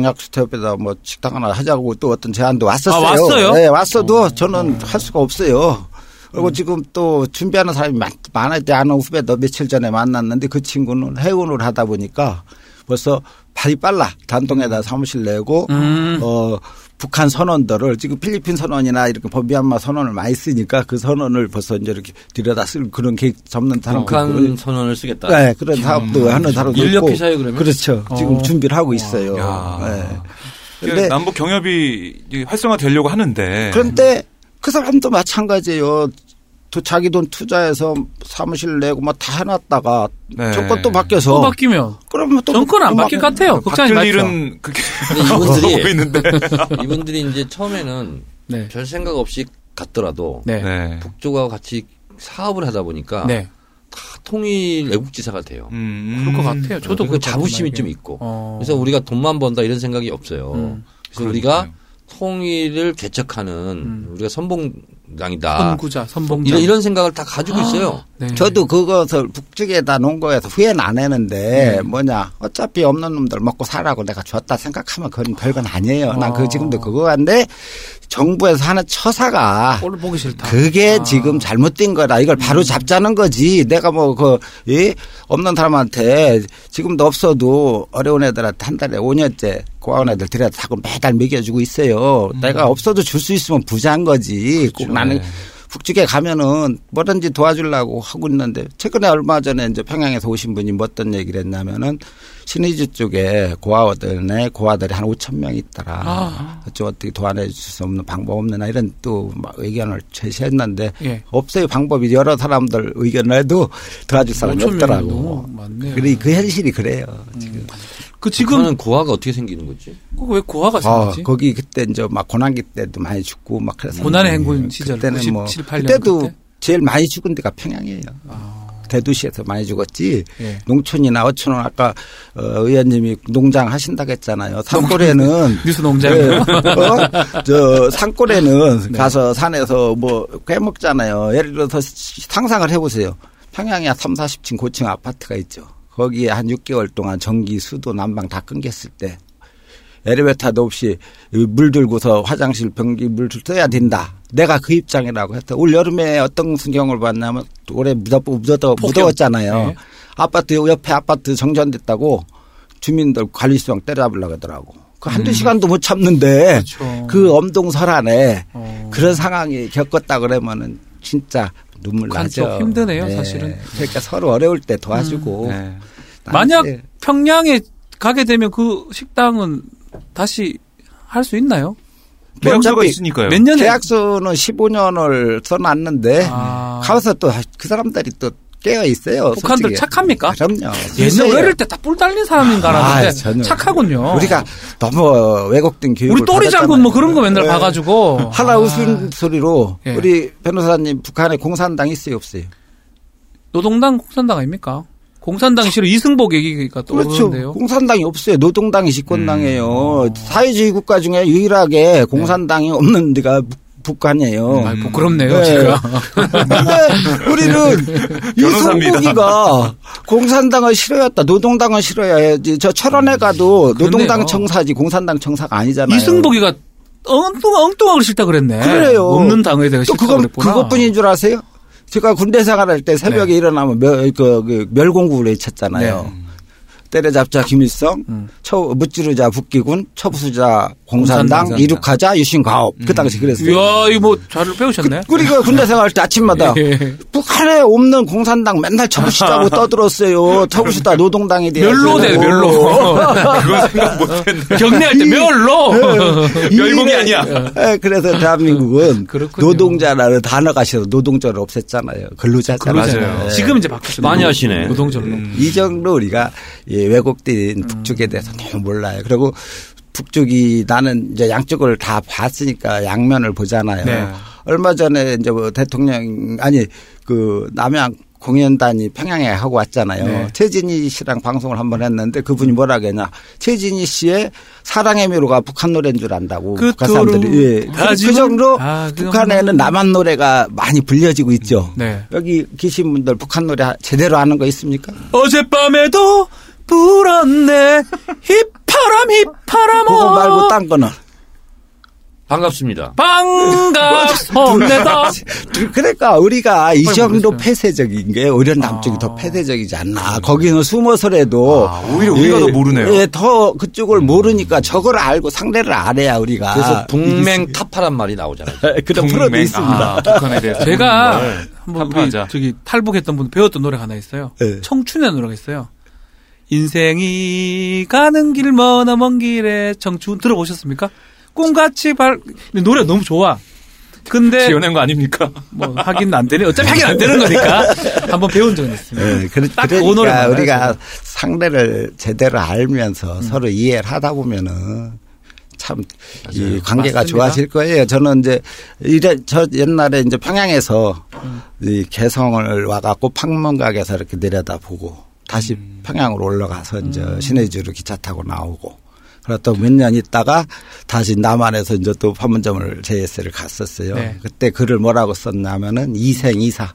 모란봉약수협에다 뭐 식당 하나 하자고 또 어떤 제안도 왔었어요.
아, 왔어요?
네, 왔어도 저는 할 수가 없어요. 그리고 지금 또 준비하는 사람이 많, 많지 않은 후배도 며칠 전에 만났는데 그 친구는 해운을 하다 보니까 벌써 발이 빨라. 단동에다 사무실 내고
음.
어, 북한 선언들을 지금 필리핀 선언이나 이렇게 미얀마 선언을 많이 쓰니까 그 선언을 벌써 이제 이렇게 들여다 쓸 그런 계획 접는 사람
북한 선언을 쓰겠다.
네, 그런 사업도 하는 사람도
인력
있고.
회사예요, 그러면?
그렇죠. 지금
어.
준비를 하고 있어요.
야. 그
네.
이게
근데
남북 경협이 활성화 되려고 하는데
그런데 그 사람도 마찬가지예요. 또 자기 돈 투자해서 사무실 내고 막 다 해놨다가
네.
정권 또 바뀌어서
또 바뀌면
그러면 또
정권 안
또 막-
바뀔 것 같아요. 걱정이
바뀔
많죠.
일은 그게 *laughs*
근데
하고
이분들이
있는데.
*laughs* 이분들이 이제 처음에는
네.
별 생각 없이 갔더라도
네. 네.
네.
북쪽하고 같이 사업을 하다 보니까 다 통일 애국지사가 돼요.
음.
그럴 것 같아요. 저도
그리고
그럴 것
자부심이
같아요.
좀 있고.
어.
그래서 우리가 돈만 번다 이런 생각이 없어요.
음.
그래서
그러니까요.
우리가 통일을 개척하는 우리가 선봉당이다.
선구자, 선봉자.
아. 이런, 이런 생각을 다 가지고 있어요.
네.
저도 그것을 북쪽에다 놓은 거에서 후회는 안 했는데
네.
뭐냐 어차피 없는 놈들 먹고 살라고 내가 줬다 생각하면 그건 별건 아니에요. 난
아.
그 지금도 그거 한데 정부에서 하는 처사가
꼴 보기 싫다.
그게
아. 음.
지금 잘못된 거다. 이걸 바로 잡자는 거지. 내가 뭐, 그, 예? 없는 사람한테 지금도 없어도 어려운 애들한테 한 달에 5년째 고아원 애들 들여다 자꾸 매달 먹여주고 있어요.
음.
내가 없어도 줄 수 있으면 부자인 거지.
그렇죠.
꼭 나는
네.
북측에 가면은 뭐든지 도와주려고 하고 있는데 최근에 얼마 전에 이제 평양에서 오신 분이 뭐 어떤 얘기를 했냐면은 신의주 쪽에 고아원에 고아들이 한 5천 명 있더라.
아.
어쩌 어떻게 도안해 줄 수 없는 방법 없느냐 이런 또 막 의견을 제시했는데
예.
없어요 방법이 여러 사람들 의견을 해도 도와줄 사람이
오천 명이
없더라고.
너무 많네요.
그래 그 현실이 그래요. 지금.
그
그러면
지금
고아가 어떻게 생기는 거지?
그거 왜 고아가
어,
생기지?
거기 그때 이제 막 고난기 때도 많이 죽고 막 그래서
고난의 행군
음,
시절,
그때는 뭐
97, 8년
그때도
그때? 아.
제일 많이 죽은 데가 평양이에요. 대도시에서 많이 죽었지
예.
농촌이나 어촌은 아까 어, 의원님이 농장 하신다고 했잖아요. 산골에는
뉴스 농장. *laughs*
네. 어? 저 산골에는 가서 산에서 뭐 깨먹잖아요. 예를 들어서 상상을 해보세요. 평양에 3, 40층 고층 아파트가 있죠. 거기에 한 6개월 동안 전기, 수도, 난방 다 끊겼을 때 엘리베이터도 없이 물 들고서 화장실 변기 물 써야 된다. 내가 그 입장이라고 했다. 올 여름에 어떤 풍경을 봤냐면 올해 무더, 무더,
폭염.
무더웠잖아요.
네.
아파트 옆에 아파트 정전됐다고 주민들 관리수당 때려잡으려고 하더라고. 그 한두 시간도 못 참는데
음. 그렇죠.
그 엄동설안에
어.
그런 상황이 겪었다 그러면은 진짜 눈물
북한
나죠.
쪽 힘드네요, 사실은. 음.
그러니까 서로 어려울 때 도와주고.
네.
만약
나한테
평양에 가게 되면 그 식당은 다시 할 수 있나요?
계약서가
어차피
있으니까요.
몇 년에?
계약서는 15년을 써놨는데
아.
네. 가서 또 그 사람들이 또 깨어 있어요.
북한들
솔직히. 네,
착합니까?
그럼요.
옛날
있어요.
어릴 때 다 뿔 달린 사람인가
예, 아,
하는데
저는
착하군요.
우리가 너무 왜곡된 교육을
우리 또리 장군 뭐 그런 거 맨날
네.
봐가지고
하나
아,
웃음 소리로
예.
우리 변호사님 북한에 공산당 있어요 없어요?
노동당 공산당 아닙니까? 공산당 싫어 이승복 얘기가 떠오르는데요.
그렇죠.
음. 어.
공산당이 없어요. 노동당이 집권당이에요. 사회주의 국가 중에 유일하게 공산당이 없는 데가 북- 북한이에요.
네. 아, 부끄럽네요,
네.
제가.
근데
*laughs*
우리는
변호사입니다.
이승국이가 공산당을 싫어했다. 노동당을 싫어야지. 저 철원에 가도
음. 그렇네요.
노동당 청사지 공산당 청사가 아니잖아요.
*laughs* 이승복이가 엉뚱, 엉뚱하고 싫다 그랬네.
네. 그래요.
없는 당에 대해서
또
싫다
그건
그랬구나. 네.
그것뿐인 줄 아세요? 제가 군대 생활할 때 새벽에 일어나면 멸, 그, 그 멸공구를 외쳤잖아요. 때려잡자 김일성,
음.
처, 무찌르자 북기군, 처부수자 공산당,
공산당. 음.
이륙하자 유신가업. 그 당시 그랬어요.
이야, 이거 뭐 잘 배우셨네.
그리고 군대 생활할 때 아침마다
*laughs* 예.
북한에 없는 공산당 맨날
*laughs*
처부시다고 떠들었어요. 처부시다 노동당에 대해서.
멸로 돼, 멸로.
그건 생각
*laughs*
못했네.
*laughs* 경례할 때 멸로.
네.
*laughs*
*laughs* 멸공이 아니야.
예, 그래서 대한민국은
그렇군요.
노동자라는 단어가 싫어 노동자를 없앴잖아요. 근로자잖아요. 예.
맞아요.
그러잖아요. 지금 이제 바뀌었어요.
많이 하시네.
노동절로.
이 정도 우리가 이 왜곡된
음.
북쪽에 대해서 너무 몰라요. 그리고 북쪽이 나는 이제 양쪽을 다 봤으니까 양면을 보잖아요.
네.
얼마 전에 이제 뭐 대통령 아니 그 남양 공연단이 평양에 하고 왔잖아요.
네.
최진희 씨랑 방송을 한 번 했는데 그분이 뭐라 그랬냐. 최진희 씨의 사랑의 미로가 북한 노래인 줄 안다고.
그토록
북한 사람들이. 예. 그, 그
다짐은-
정도
아, 그
북한에는 남한 노래가 많이 불려지고 있죠.
네.
여기 계신 분들 북한 노래 제대로 아는 거 있습니까?
어젯밤에도 불었네. 힙바람, 힙바람.
그거 말고 딴 거는.
반갑습니다.
어,
반갑습니다.
*laughs* 그러니까 우리가 이 정도
모르겠어요.
폐쇄적인 게 오히려
아.
남쪽이 더 폐쇄적이지 않나. 거기는 숨어서라도
오히려 우리가 더 모르네요. 음.
예, 더 그쪽을 모르니까 저걸 알고 상대를 알아야 우리가.
그래서 북맹 타파란 말이 나오잖아요.
그런
동맹.
프로도 있습니다.
아, 북한에 대해서.
제가 한번 우리
네. 한판하자.
저기 탈북했던 분 배웠던 노래가 하나 있어요.
네.
청춘의 노래가 있어요. 인생이 가는 길 먼 먼 길에 청춘 들어보셨습니까? 꿈같이 발 노래 너무 좋아. 근데
지어낸 거 아닙니까?
뭐 하긴 안 되네. 어차피 하긴 안 되는
*laughs*
거니까 한번 배운 적은 있습니다.
예, 그래,
딱그
그러니까
노래만 음.
우리가
알아요.
상대를 제대로 알면서 서로 이해를 하다 보면은 참 이 관계가
맞습니다.
좋아질 거예요. 저는 이제 이래 저 옛날에 이제 평양에서
음.
이 개성을 와갖고 판문각에서 이렇게 내려다보고 다시
음.
평양으로 올라가서 이제 신해주로 기차 타고 나오고 그러다 몇년 있다가 다시 남한에서 이제 또 판문점을 JS를 갔었어요.
네.
그때 글을 뭐라고 썼냐면은 이생 이사.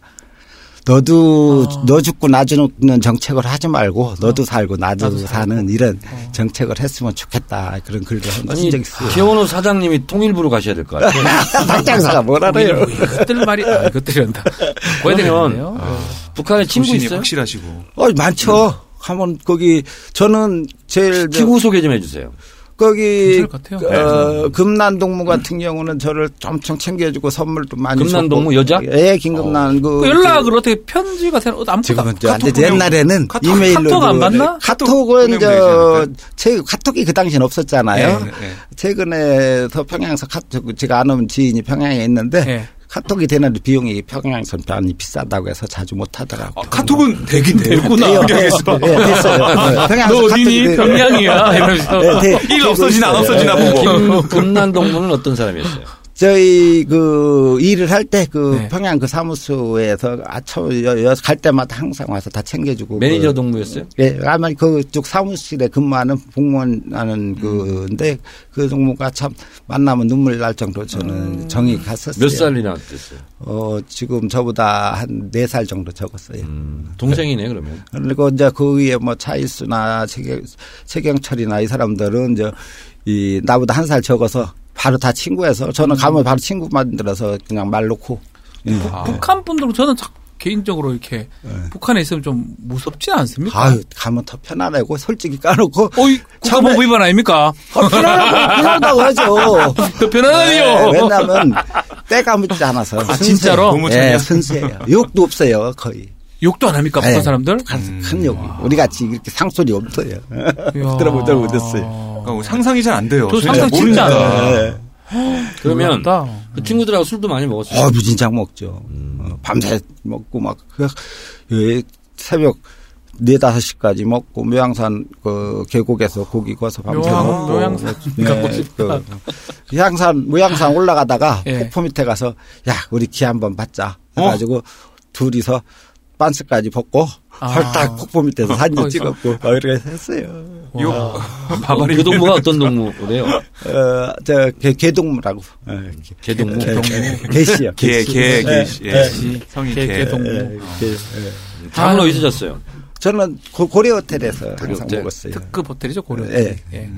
너도 너 죽고 나 죽는 정책을 하지 말고 너도 살고 나도, 사는 이런 정책을 했으면 좋겠다 그런 글도
아니
한번 적 있어요. *laughs*
최원호 사장님이 통일부로 가셔야 될 것 같아요.
박장사가 뭐라래요?
이것들 말이 아, 이것들이란다. 고야 되겠네요.
북한에 친구
정신이
있어요?
확실하시고.
어 많죠. 한번 거기 저는 제일 저-
네. 친구 소개 좀 해주세요.
거기
괜찮을 것 같아요.
어, 금난동무 같은 경우는 저를 엄청 챙겨주고 선물도 많이
금난동무
줬고.
여자?
예, 김금난 그
그 연락을 어떻게 편지 같은 거 아무것도
지금은
안-
저- 안
카톡
되지.
보내고
옛날에는
카톡-
이메일로
카톡 안
그-
받나?
카톡은
카톡 보내면
저
되지
제 카톡이 그 당시엔 없었잖아요.
예, 예.
최근에 서 평양서 카톡 제가 아는 지인이 평양에 있는데
예.
카톡이 되는데 비용이 평양 선편이 비싸다고 해서 자주 못 하더라고요.
아, 카톡은 *laughs* 되긴 되구나.
돼요.
알겠어.
예, 됐어요. 네, 평양에서
너
카톡이
어디니?
돼요.
평양이야. 이러면서
*laughs* 네, 돼-
*laughs* 일
되고
없어지나 안
있어요.
네.
네.
없어지나 보고.
김- 금난동무는 어떤 사람이었어요?
저희 그 일을 할 때 그
네.
평양 그 사무소에서 아침 갈 때마다 항상 와서 다 챙겨주고
매니저
그
동무였어요?
예, 아마 그쪽 사무실에 근무하는
음.
공무원하는 그인데 그 동무가 참 만나면 눈물 날 정도로 저는 정이 갔었어요.
음. 몇 살이나 됐어요?
어, 지금 저보다 한 네 살 정도 적었어요.
음, 동생이네 그러면.
그리고 이제 그 위에 뭐 차일수나 최경, 최경철이나 이 사람들은 이제 이 나보다 한 살 적어서 바로 다 친구해서 저는
음.
가면 바로 친구 만들어서 그냥 말 놓고 네.
북-
아.
북한 분들은 저는 자- 개인적으로 이렇게 북한에 있으면 좀 무섭지 않습니까?
아유 가면 더 편안하고 솔직히 까놓고
어이
처음에-
국가보안 위반 아닙니까?
어, 편안하고 편하다고 하죠.
더 편안하네요. 어,
네, 왜냐면 때가 묻지 않아서.
아, 진짜로?
순수해요.
고무줄이요?
예, 순수해요. 욕도 없어요, 거의.
욕도 안 합니까 북한
네. *laughs*
사람들?
북한 큰 욕이. 우리 같이 이렇게 상소리 없어요. 들어본 적그 못했어요.
그러니까 상상이 잘 안 돼요.
저
저희가
상상 진짜 안
모르니까.
해요. 네.
예.
그러면
놀랍다.
그 친구들하고 술도 많이 먹었어요.
어, 무진장 먹죠. 어, 밤새 먹고 막, 그, 예, 새벽 네 다섯 시까지 먹고, 묘양산, 그, 계곡에서 고기 구워서 밤새
묘양-
먹고.
묘양산
네,
가고
그, 향산, 묘양산 올라가다가
예. 어?
폭포 밑에 가서, 야, 우리 기 한번 받자. 해가지고, 둘이서 반스까지 벗고,
아.
헐딱 폭포 밑에서 사진도
거기서.
찍었고, 어, 이렇게 했어요.
이거
어, 그 동무가 어떤 동무래요?
어, 저, 개, 개동무라고. 예,
음.
개동무.
개씨요.
개,
개씨.
개, 개, 예. 성이
개,
개.
개동.
예, 개, 예.
잠을 어디서 잤어요?
저는 고, 고려 호텔에서 항상
호텔.
먹었어요.
특급 호텔이죠 고려.
예.
호텔. 예.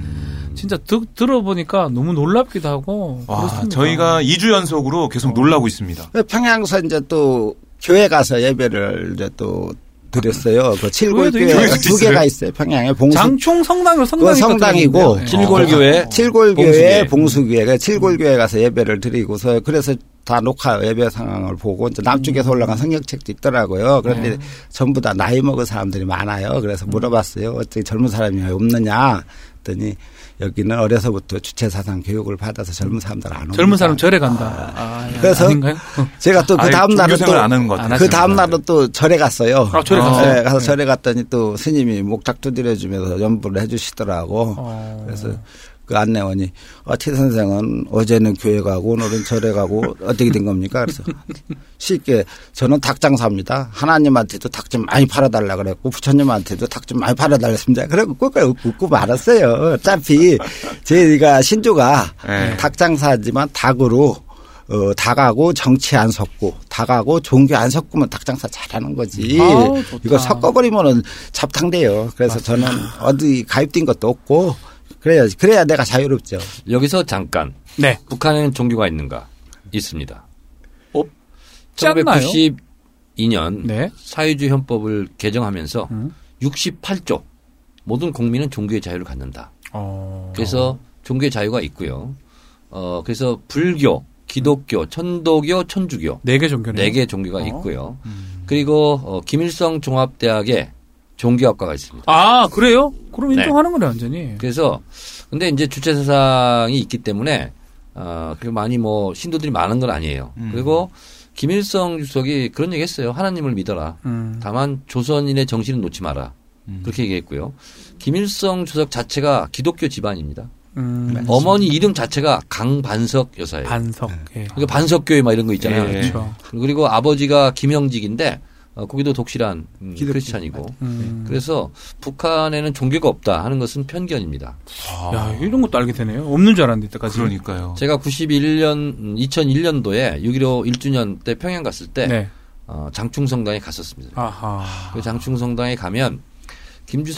진짜 듣, 들어보니까 너무 놀랍기도 하고.
와,
그렇습니다.
저희가 2주 연속으로 계속 놀라고 있습니다.
그 평양서 이제 또 교회 가서 예배를 이제 또 드렸어요. 그 칠골
교회도 있-
교회가 두
있어요?
개가 있어요. 평양에 봉수
장충 성당으로
그
성당이
성당이고 어.
칠골교회,
칠골교회
봉수교회.
봉수교회 가 칠골교회 가서 예배를 드리고서 그래서 다 녹화 예배 상황을 보고 이제 남쪽에서 올라간 성경책도 있더라고요. 그런데 전부 다 나이 먹은 사람들이 많아요. 그래서 물어봤어요. 어떻게 젊은 사람이 왜 없느냐 했더니 여기는 어려서부터 주체 사상 교육을 받아서 젊은 사람들 안 옵니다.
젊은 사람 절에 간다. 아, 예.
그래서
아닌가요? 어.
제가 또 그
아예
다음 날은
종교생활 안 하는 것 같아요.
또그 다음 날은 또 절에 갔어요.
아, 절에
어.
갔어요?
네, 가서 절에 갔더니 또 스님이 목탁 두드려 주면서 연불을 해주시더라고.
어.
그래서 그 안내원이 어티 선생은 어제는 교회 가고 오늘은 절에 가고 어떻게 된 겁니까? 그래서 쉽게 저는 닭장사입니다. 하나님한테도 닭 좀 많이 팔아달라 그랬고 부처님한테도 닭 좀 많이 팔아달랬습니다. 그리고 꿀꿀 웃고, 웃고 말았어요. 어차피 제가 신조가
네.
닭장사지만 닭으로 어, 닭하고 정치 안 섞고 닭하고 종교 안 섞으면 닭장사 잘하는 거지.
아우, 좋다.
예. 이거 섞어버리면은 잡탕돼요. 그래서 저는 어디 가입된 것도 없고 그래야 그래야 내가 자유롭죠.
여기서 잠깐.
네.
북한에는 종교가 있는가? 있습니다.
어?
없지 않나요?
1992년
네.
사회주의 헌법을 개정하면서
음.
68조 모든 국민은 종교의 자유를 갖는다.
어.
그래서 종교의 자유가 있고요. 어 그래서 불교, 기독교, 천도교, 천주교
네개 종교네요.
네 개 종교가
어.
있고요. 그리고 어, 김일성 종합대학에 종교학과가 있습니다.
아 그래요? 그럼
네.
인정하는 거네 완전히.
그래서 근데 이제 주체 사상이 있기 때문에 어, 그렇게 많이 뭐 신도들이 많은 건 아니에요.
음.
그리고 김일성 주석이 그런 얘기 했어요. 하나님을 믿어라.
음.
다만 조선인의 정신은 놓지 마라.
음.
그렇게 얘기했고요. 김일성 주석 자체가 기독교 집안입니다.
음.
어머니 이름 자체가 강반석 여사예요.
반석. 예.
네. 그러니까 반석교회 막 이런 거 있잖아요.
예.
그렇죠.
그리고 아버지가 김영직인데 어, 거기도 독실한 음,
기독교.
크리스찬이고.
음.
네. 그래서 북한에는 종교가 없다 하는 것은 편견입니다.
야, 이런 것도 알게 되네요. 없는 줄 알았는데, 이때까지.
아, 그러니까요.
제가 91년 2001년도에 6.15 1주년 때 평양 갔을 때
네.
어, 장충성당에 갔었습니다.
아하.
그 장충성당에 가면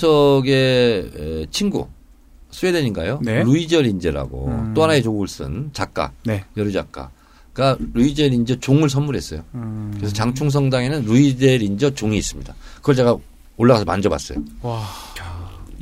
김주석의 에, 친구 스웨덴인가요?
네.
루이저 린제라고
음.
또 하나의 조국을 쓴 작가,
네.
여류 작가가 루이저 린제 종을 선물했어요.
음.
그래서 장충성당에는 루이저 린제 종이 있습니다. 그걸 제가 올라가서 만져봤어요.
와.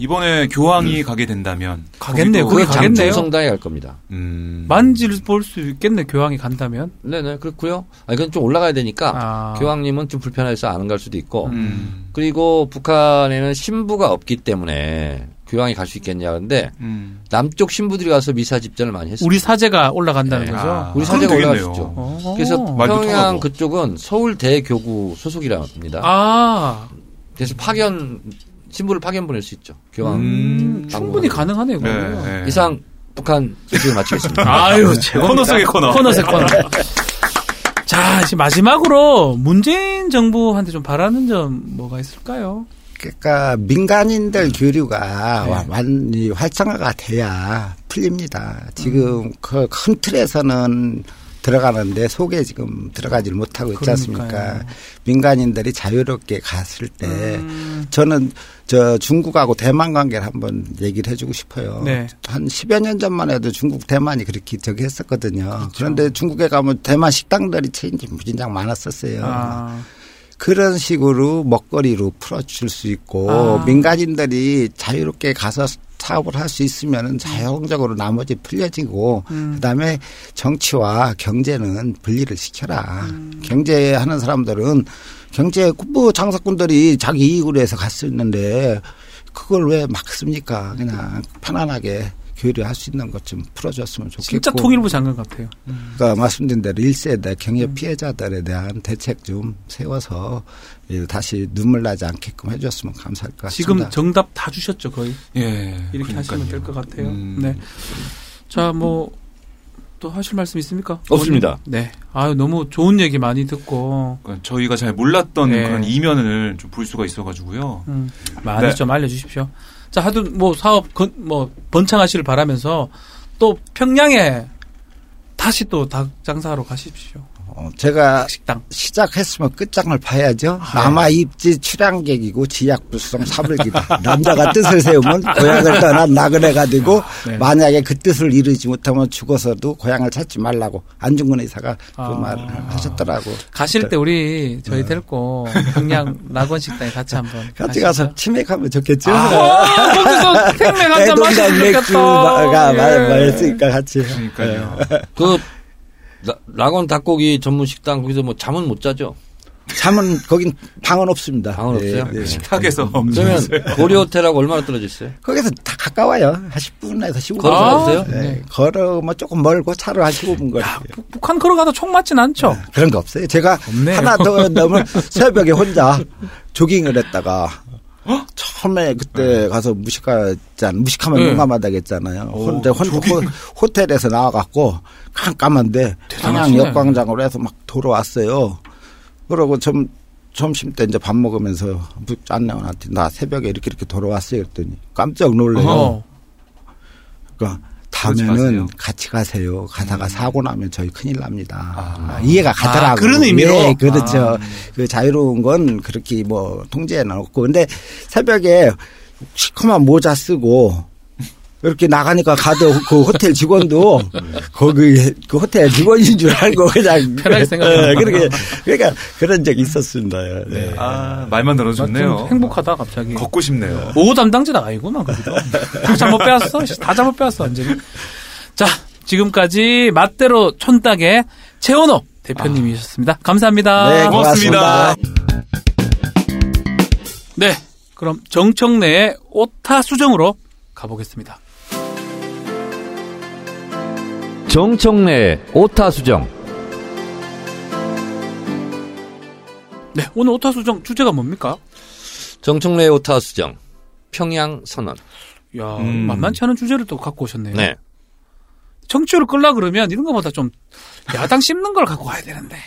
이번에 교황이 가게 된다면
가겠네요.
거기도-
거기
그게
가겠네요.
장충성당에 갈 겁니다.
음.
만질 볼 수 있겠네, 교황이 간다면.
네네 그렇고요. 아 이건 좀 올라가야 되니까
아.
교황님은 좀 불편해서 안 갈 수도 있고
음.
그리고 북한에는 신부가 없기 때문에 교황이 갈 수 있겠냐 근데
음.
남쪽 신부들이 가서 미사 집전을 많이 했습니다.
우리 사제가 올라간다는
네.
거죠.
아, 그럼
우리 사제가
되겠네요.
올라가시죠.
어.
그래서
말도 통하고.
평양 그쪽은 서울대교구 소속이랍니다.
아,
그래서 파견 신부를 파견 보낼 수 있죠. 교황
음,
음.
충분히 가능하네요.
네,
어, 그러면.
네.
이상 북한 소식을 마치겠습니다.
아유, 제가
코너 속의 코너.
코너 세 코너. 자, 이제 마지막으로 문재인 정부한테 좀 바라는 점 뭐가 있을까요?
그러니까 민간인들 교류가
네.
완- 완전히 활성화가 돼야 풀립니다. 지금
음.
그 큰 틀에서는 들어가는데 속에 지금 들어가질 못하고 있지 않습니까?
그러니까요.
민간인들이 자유롭게 갔을 때
음,
저는 저 중국하고 대만 관계를 한번 얘기를 해주고 싶어요.
네.
한 10여 년 전만 해도 중국 대만이 그렇게 저기
그렇죠.
했었거든요. 그런데 중국에 가면 대만 식당들이 체인지 무진장 많았었어요.
아,
그런 식으로 먹거리로 풀어줄 수 있고
아.
민간인들이 자유롭게 가서 사업을 할 수 있으면 자율적으로 나머지 풀려지고 그다음에 정치와 경제는 분리를 시켜라. 경제하는 사람들은 경제 뭐 장사꾼들이 자기 이익으로 해서 갈 수 있는데 그걸 왜 막습니까? 그냥 편안하게 교류할 수 있는 것 좀 풀어줬으면 좋겠고.
진짜 통일부 장관 같아요.
아까 말씀드린 대로 1세대 경제 피해자들에 대한 대책 좀 세워서 예, 다시 눈물 나지 않게끔 해줬으면 감사할 것 같습니다.
지금 정답 다 주셨죠, 거의.
예.
이렇게 하시면 될 것 같아요.
음.
네. 자, 뭐 또 하실 말씀 있습니까?
없습니다.
네. 아유, 너무 좋은 얘기 많이 듣고
그러니까 저희가 잘 몰랐던
네.
그런 이면을 좀 볼 수가 있어가지고요.
음, 많이
네.
좀 알려주십시오. 자, 하여튼 뭐 사업 건, 뭐 번창하시길 바라면서 또 평양에 다시 또 닭 장사하러 가십시오.
어, 제가
식당.
시작했으면 끝장을 봐야죠. 남아 입지 출향객이고 지약불성 사불기다. 남자가 뜻을 세우면 고향을 떠난 나그네가 되고
네.
만약에 그 뜻을 이루지 못하면 죽어서도 고향을 찾지 말라고 안중근 의사가 그
아.
말을 하셨더라고.
가실
네.
때 우리 저희 데리고 평양
*laughs*
낙원 식당에 같이 한번
같이 가서 치맥하면 좋겠죠.
아, 거기서 생맥 한잔
대동강
마시면
맥주가
좋겠다. 예.
말했으니까 같이.
그러니까요.
그 라- 락원 닭고기 전문 식당 거기서 뭐 잠은 못 자죠.
예. 잠은 거긴 방은 없습니다. 예,
방은 없어요?
네.
*laughs* 식탁에서 없는
그러면
네.
고려 호텔하고 얼마나 떨어져 있어요?
거기서 다 가까워요. 한 10분에서 15분.
아.
걸어서 가세요?
네. 걸어면 조금 멀고 차로 한 15분 거리.
북- 북한 걸어가도 총 맞진 않죠.
그런 거 없어요. 제가
없네요.
하나 더
*laughs*
넣으면 새벽에 혼자 조깅을 했다가 처음에 그때 가서 무식하잖 무식하면
어? 네.
용감하다고 했잖아요.
오,
혼자 혼,
조깅.
호, 텔에서 나와갖고 깜깜한데 평양
대단하시네.
역광장으로 해서 막 돌아왔어요. 그러고 점, 점심 때 이제 밥 먹으면서 짠내원한테 나 새벽에 이렇게 이렇게 돌아왔어요. 그랬더니 깜짝 놀래요.
어.
그러니까
그러지
다음에는
마세요.
같이 가세요. 가다가 사고 나면 저희 큰일 납니다. 아, 이해가 가더라고요.
음. 아, 그런 의미로? 아.
예, 그렇죠. 그 자유로운 건 그렇게 뭐 통제는 없고. 근데 새벽에 시커먼 모자 쓰고 이렇게 나가니까 가도 그 호텔
*laughs*
직원도 거기 그 호텔 직원인 줄 알고 그냥
편하게 생각하나
*laughs* 예, 그렇게 그러니까 그런 적이 있었습니다. 예. 네.
아, 말만
좀
들어줬네요.
행복하다 갑자기.
걷고 싶네요.
오후 담당자는 아니구만, 거기도. 다 잘못 빼왔어. 씨, 다 잘못 빼왔어, 완전히. 자, 지금까지 맛대로 촌닭의 최원호 대표님이셨습니다. 감사합니다.
네, 고맙습니다.
고맙습니다.
네, 그럼 정청래의 오타 수정으로 가보겠습니다.
정청래 오타수정
네, 오늘 오타수정 주제가 뭡니까?
정청래 오타 수정 평양 선언.
야
음.
만만치 않은 주제를 또 갖고 오셨네요.
네.
정치를 끌라 그러면 이런 거보다 좀 야당 씹는 걸 갖고 와야 되는데.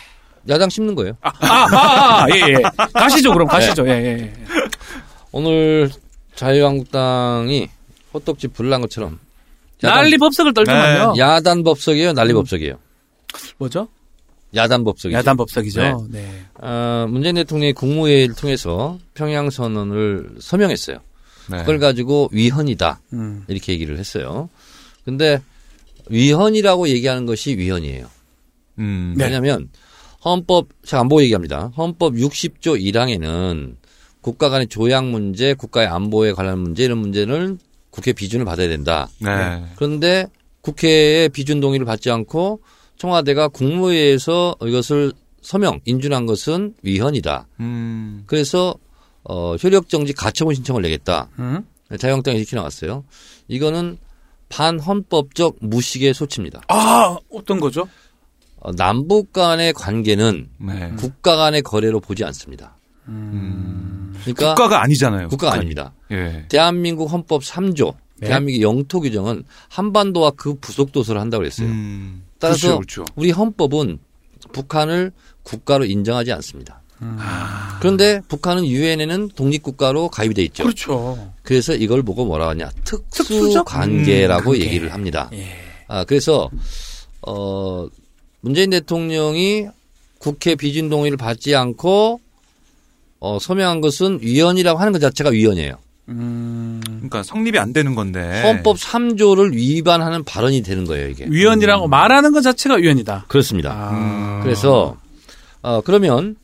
야당 씹는 거예요.
아, 아, 아, 아, 예, 예. 가시죠, 그럼 가시죠. 예, 예, 예.
오늘 자유한국당이 호떡지 불난 것처럼 야단-
난리 법석을 떨더만요.
야단 법석이에요, 난리 법석이에요.
뭐죠?
야단 법석이죠.
음. 야단 법석이죠.
네.
네.
어, 문재인 대통령이 국무회의를 통해서 평양 선언을 서명했어요.
네.
그걸 가지고 위헌이다
음.
이렇게 얘기를 했어요. 근데 위헌이라고 얘기하는 것이 위헌이에요.
음.
네.
왜냐하면 헌법 제가 안보 얘기합니다. 헌법 60조 1항에는 국가 간의 조약 문제, 국가의 안보에 관한 문제 이런 문제는 국회 비준을 받아야 된다.
네.
그런데 국회의 비준 동의를 받지 않고 청와대가 국무회의에서 이것을 서명 인준한 것은 위헌이다.
음.
그래서 어, 효력 정지 가처분 신청을 내겠다.
음.
자유한국당이 이렇게 나왔어요. 이거는 반헌법적 무식의 소치입니다.
아, 어떤 거죠?
어, 남북 간의 관계는
네.
국가 간의 거래로 보지 않습니다.
음.
그러니까
음. 국가가 아니잖아요.
국가가 아닙니다.
예.
대한민국 헌법 3조
네.
대한민국 영토 규정은 한반도와 그 부속 도서를 한다고 그랬어요.
음.
따라서
그렇죠, 그렇죠.
우리 헌법은 북한을 국가로 인정하지 않습니다.
음.
아, 그런데 북한은 유엔에는 독립국가로 가입이 돼 있죠.
아. 그렇죠.
그래서 이걸 보고 뭐라 하냐 특수
특수적?
관계라고
음, 관계.
얘기를 합니다.
예.
아 그래서 어 문재인 대통령이 국회 비준 동의를 받지 않고 어 서명한 것은 위헌이라고 하는 것 자체가 위헌이에요.
음.
그러니까 성립이 안 되는 건데.
헌법 3조를 위반하는 발언이 되는 거예요, 이게.
네. 위헌이라고 말하는 것 자체가 위헌이다.
그렇습니다.
아.
그래서 어 그러면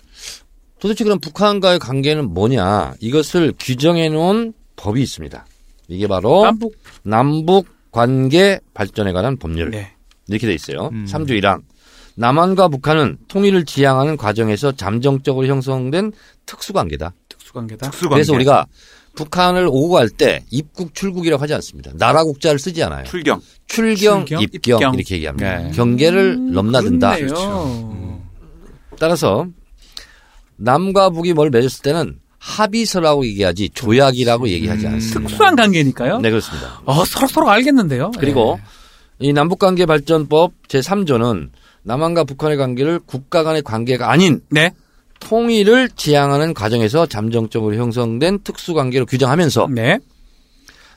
도대체 그럼 북한과의 관계는 뭐냐? 이것을 규정해 놓은 법이 있습니다. 이게 바로
남북.
남북 관계 발전에 관한 법률.
네.
이렇게 돼 있어요.
음.
삼 3조 1항. 남한과 북한은 통일을 지향하는 과정에서 잠정적으로 형성된 특수관계다.
특수관계다.
특수관계.
그래서 우리가 북한을 오고 갈 때 입국 출국이라고 하지 않습니다. 나라 국자를 쓰지 않아요.
출경.
출경,
출경,
입경,
입경.
이렇게 얘기합니다.
네.
경계를 넘나든다. 그렇죠.
그렇네요.
음.
음.
음,
따라서 남과 북이 뭘 맺었을 때는 합의서라고 얘기하지 조약이라고 얘기하지
음.
않습니다.
특수한 관계니까요. 네.
네 그렇습니다.
어, 서로 서로 알겠는데요.
그리고 이 남북관계발전법 제3조는 남한과 북한의 관계를 국가 간의 관계가 아닌
네.
통일을 지향하는 과정에서 잠정적으로 형성된 특수관계로 규정하면서
네.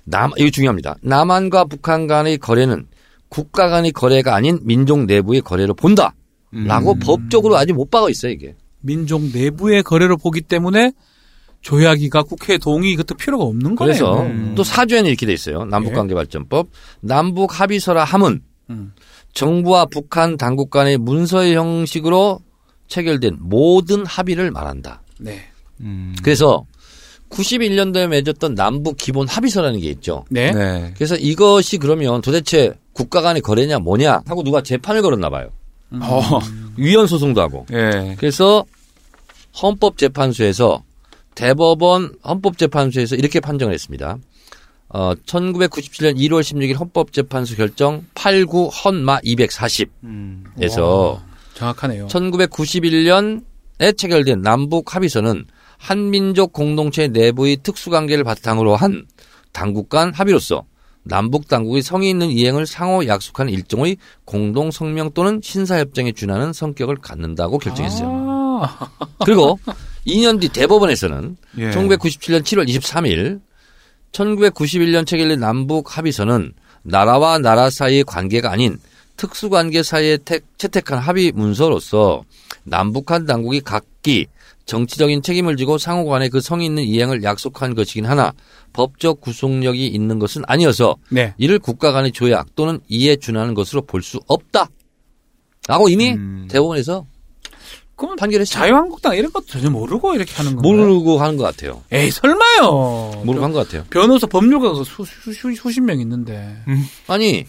남 이거 중요합니다. 남한과 북한 간의 거래는 국가 간의 거래가 아닌 민족 내부의 거래로
음.
본다라고 법적으로 아직 못 박아 있어요 이게.
민족 내부의 거래로 보기 때문에 조약이가 국회 동의 그것도 필요가 없는 거예요.
그래서
음.
또 사주에는 이렇게 돼 있어요. 남북관계발전법 남북 합의서라 함은
음.
정부와 북한 당국 간의 문서의 형식으로 체결된 모든 합의를 말한다.
네.
음.
그래서 91년도에 맺었던 남북 기본 합의서라는 게 있죠.
네.
네.
그래서 이것이 그러면 도대체 국가 간의 거래냐 뭐냐 하고 누가 재판을 걸었나 봐요.
음.
어.
위헌 소송도 하고.
예.
그래서 헌법재판소에서 대법원 헌법재판소에서 이렇게 판정을 했습니다. 어, 1997년 1월 16일 헌법재판소 결정 89 헌마 240에서
음.
정확하네요.
1991년에 체결된 남북 합의서는 한민족 공동체 내부의 특수관계를 바탕으로 한 당국 간 합의로서 남북 당국의 성의 있는 이행을 상호 약속하는 일종의 공동 성명 또는 신사협정에 준하는 성격을 갖는다고 결정했어요.
아,
그리고 2년 뒤 대법원에서는
예.
1997년 7월 23일 1991년 체결된 남북 합의서는 나라와 나라 사이의 관계가 아닌 특수관계 사이에 택- 채택한 합의 문서로서 남북한 당국이 각기 정치적인 책임을 지고 상호 간의 그 성의 있는 이행을 약속한 것이긴 하나 법적 구속력이 있는 것은 아니어서
네.
이를 국가 간의 조약 또는 이에 준하는 것으로 볼 수 없다. 라고 이미
음.
대법원에서
그럼
판결했죠.
자유한국당 이런 것도 전혀 모르고 이렇게 하는 건가요?
모르고 하는 것 같아요.
에이 설마요.
모르고 한 것 같아요.
변호사 법률가가 그 수, 수, 수, 수십 명 있는데
아니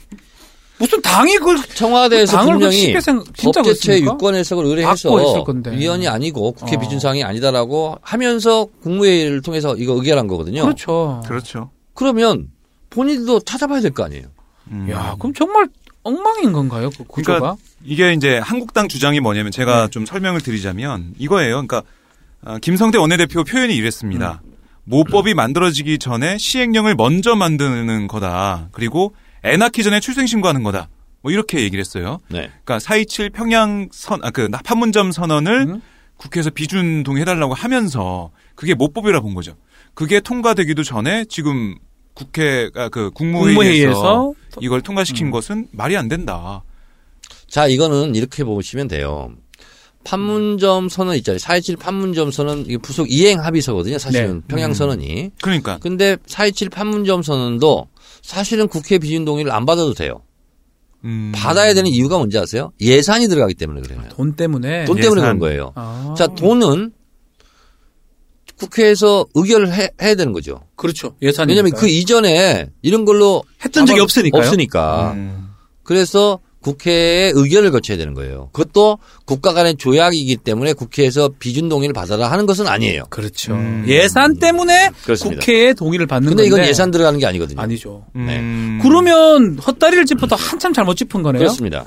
무슨 당이 그걸
청와대에서
당을 그렇게
분명히
쉽게 생각- 진짜
법제처의
그렇습니까?
유권 해석을
받고 했을
의뢰해서
건데.
위헌이 아니고 국회
어.
비준사항이 아니다라고 하면서 국무회의를 통해서 이거 의결한 거거든요.
그렇죠.
그렇죠.
그러면 본인도 찾아봐야 될 거 아니에요.
음.
야, 그럼 정말 엉망인 건가요? 그 구조가?
그러니까 이게 이제 한국당 주장이 뭐냐면 제가 좀 설명을 드리자면 이거예요. 그러니까 아, 김성태 원내대표 표현이 이랬습니다. 모법이 만들어지기 전에 시행령을 먼저 만드는 거다. 그리고 애 낳기 전에 출생신고하는 거다. 뭐 이렇게 얘기를 했어요.
네.
그러니까 427 평양 선, 아, 그 판문점 선언을
음.
국회에서 비준 동의해달라고 하면서 그게 모법이라 본 거죠. 그게 통과되기도 전에 지금 국회, 아, 그 국무회의에서
국무회의에서
이걸
음.
통과시킨 것은 말이 안 된다.
자, 이거는 이렇게 보시면 돼요. 판문점 선언 있잖아요. 4.27 판문점 선언, 이게 부속 이행 합의서거든요. 사실은.
네.
평양 선언이.
그러니까
근데 4.27 판문점 선언도 사실은 국회 비준 동의를 안 받아도 돼요.
음.
받아야 되는 이유가 뭔지 아세요? 예산이 들어가기 때문에 그래요.
돈 때문에.
돈 때문에
예산.
그런 거예요.
아.
자, 돈은 국회에서 의결을 해, 해야 되는 거죠.
그렇죠. 예산이.
왜냐면 그 이전에 이런 걸로
했던 적이
아마
없으니까요.
없으니까.
음.
그래서 국회의 의결을 거쳐야 되는 거예요. 그것도 국가 간의 조약이기 때문에 국회에서 비준 동의를 받아라 하는 것은 아니에요.
그렇죠.
음.
예산 때문에
그렇습니다.
국회에 동의를 받는
근데 이건
건데
예산 들어가는 게 아니거든요.
아니죠.
네.
음.
그러면 헛다리를 짚어도 한참 잘못 짚은 거네요.
그렇습니다.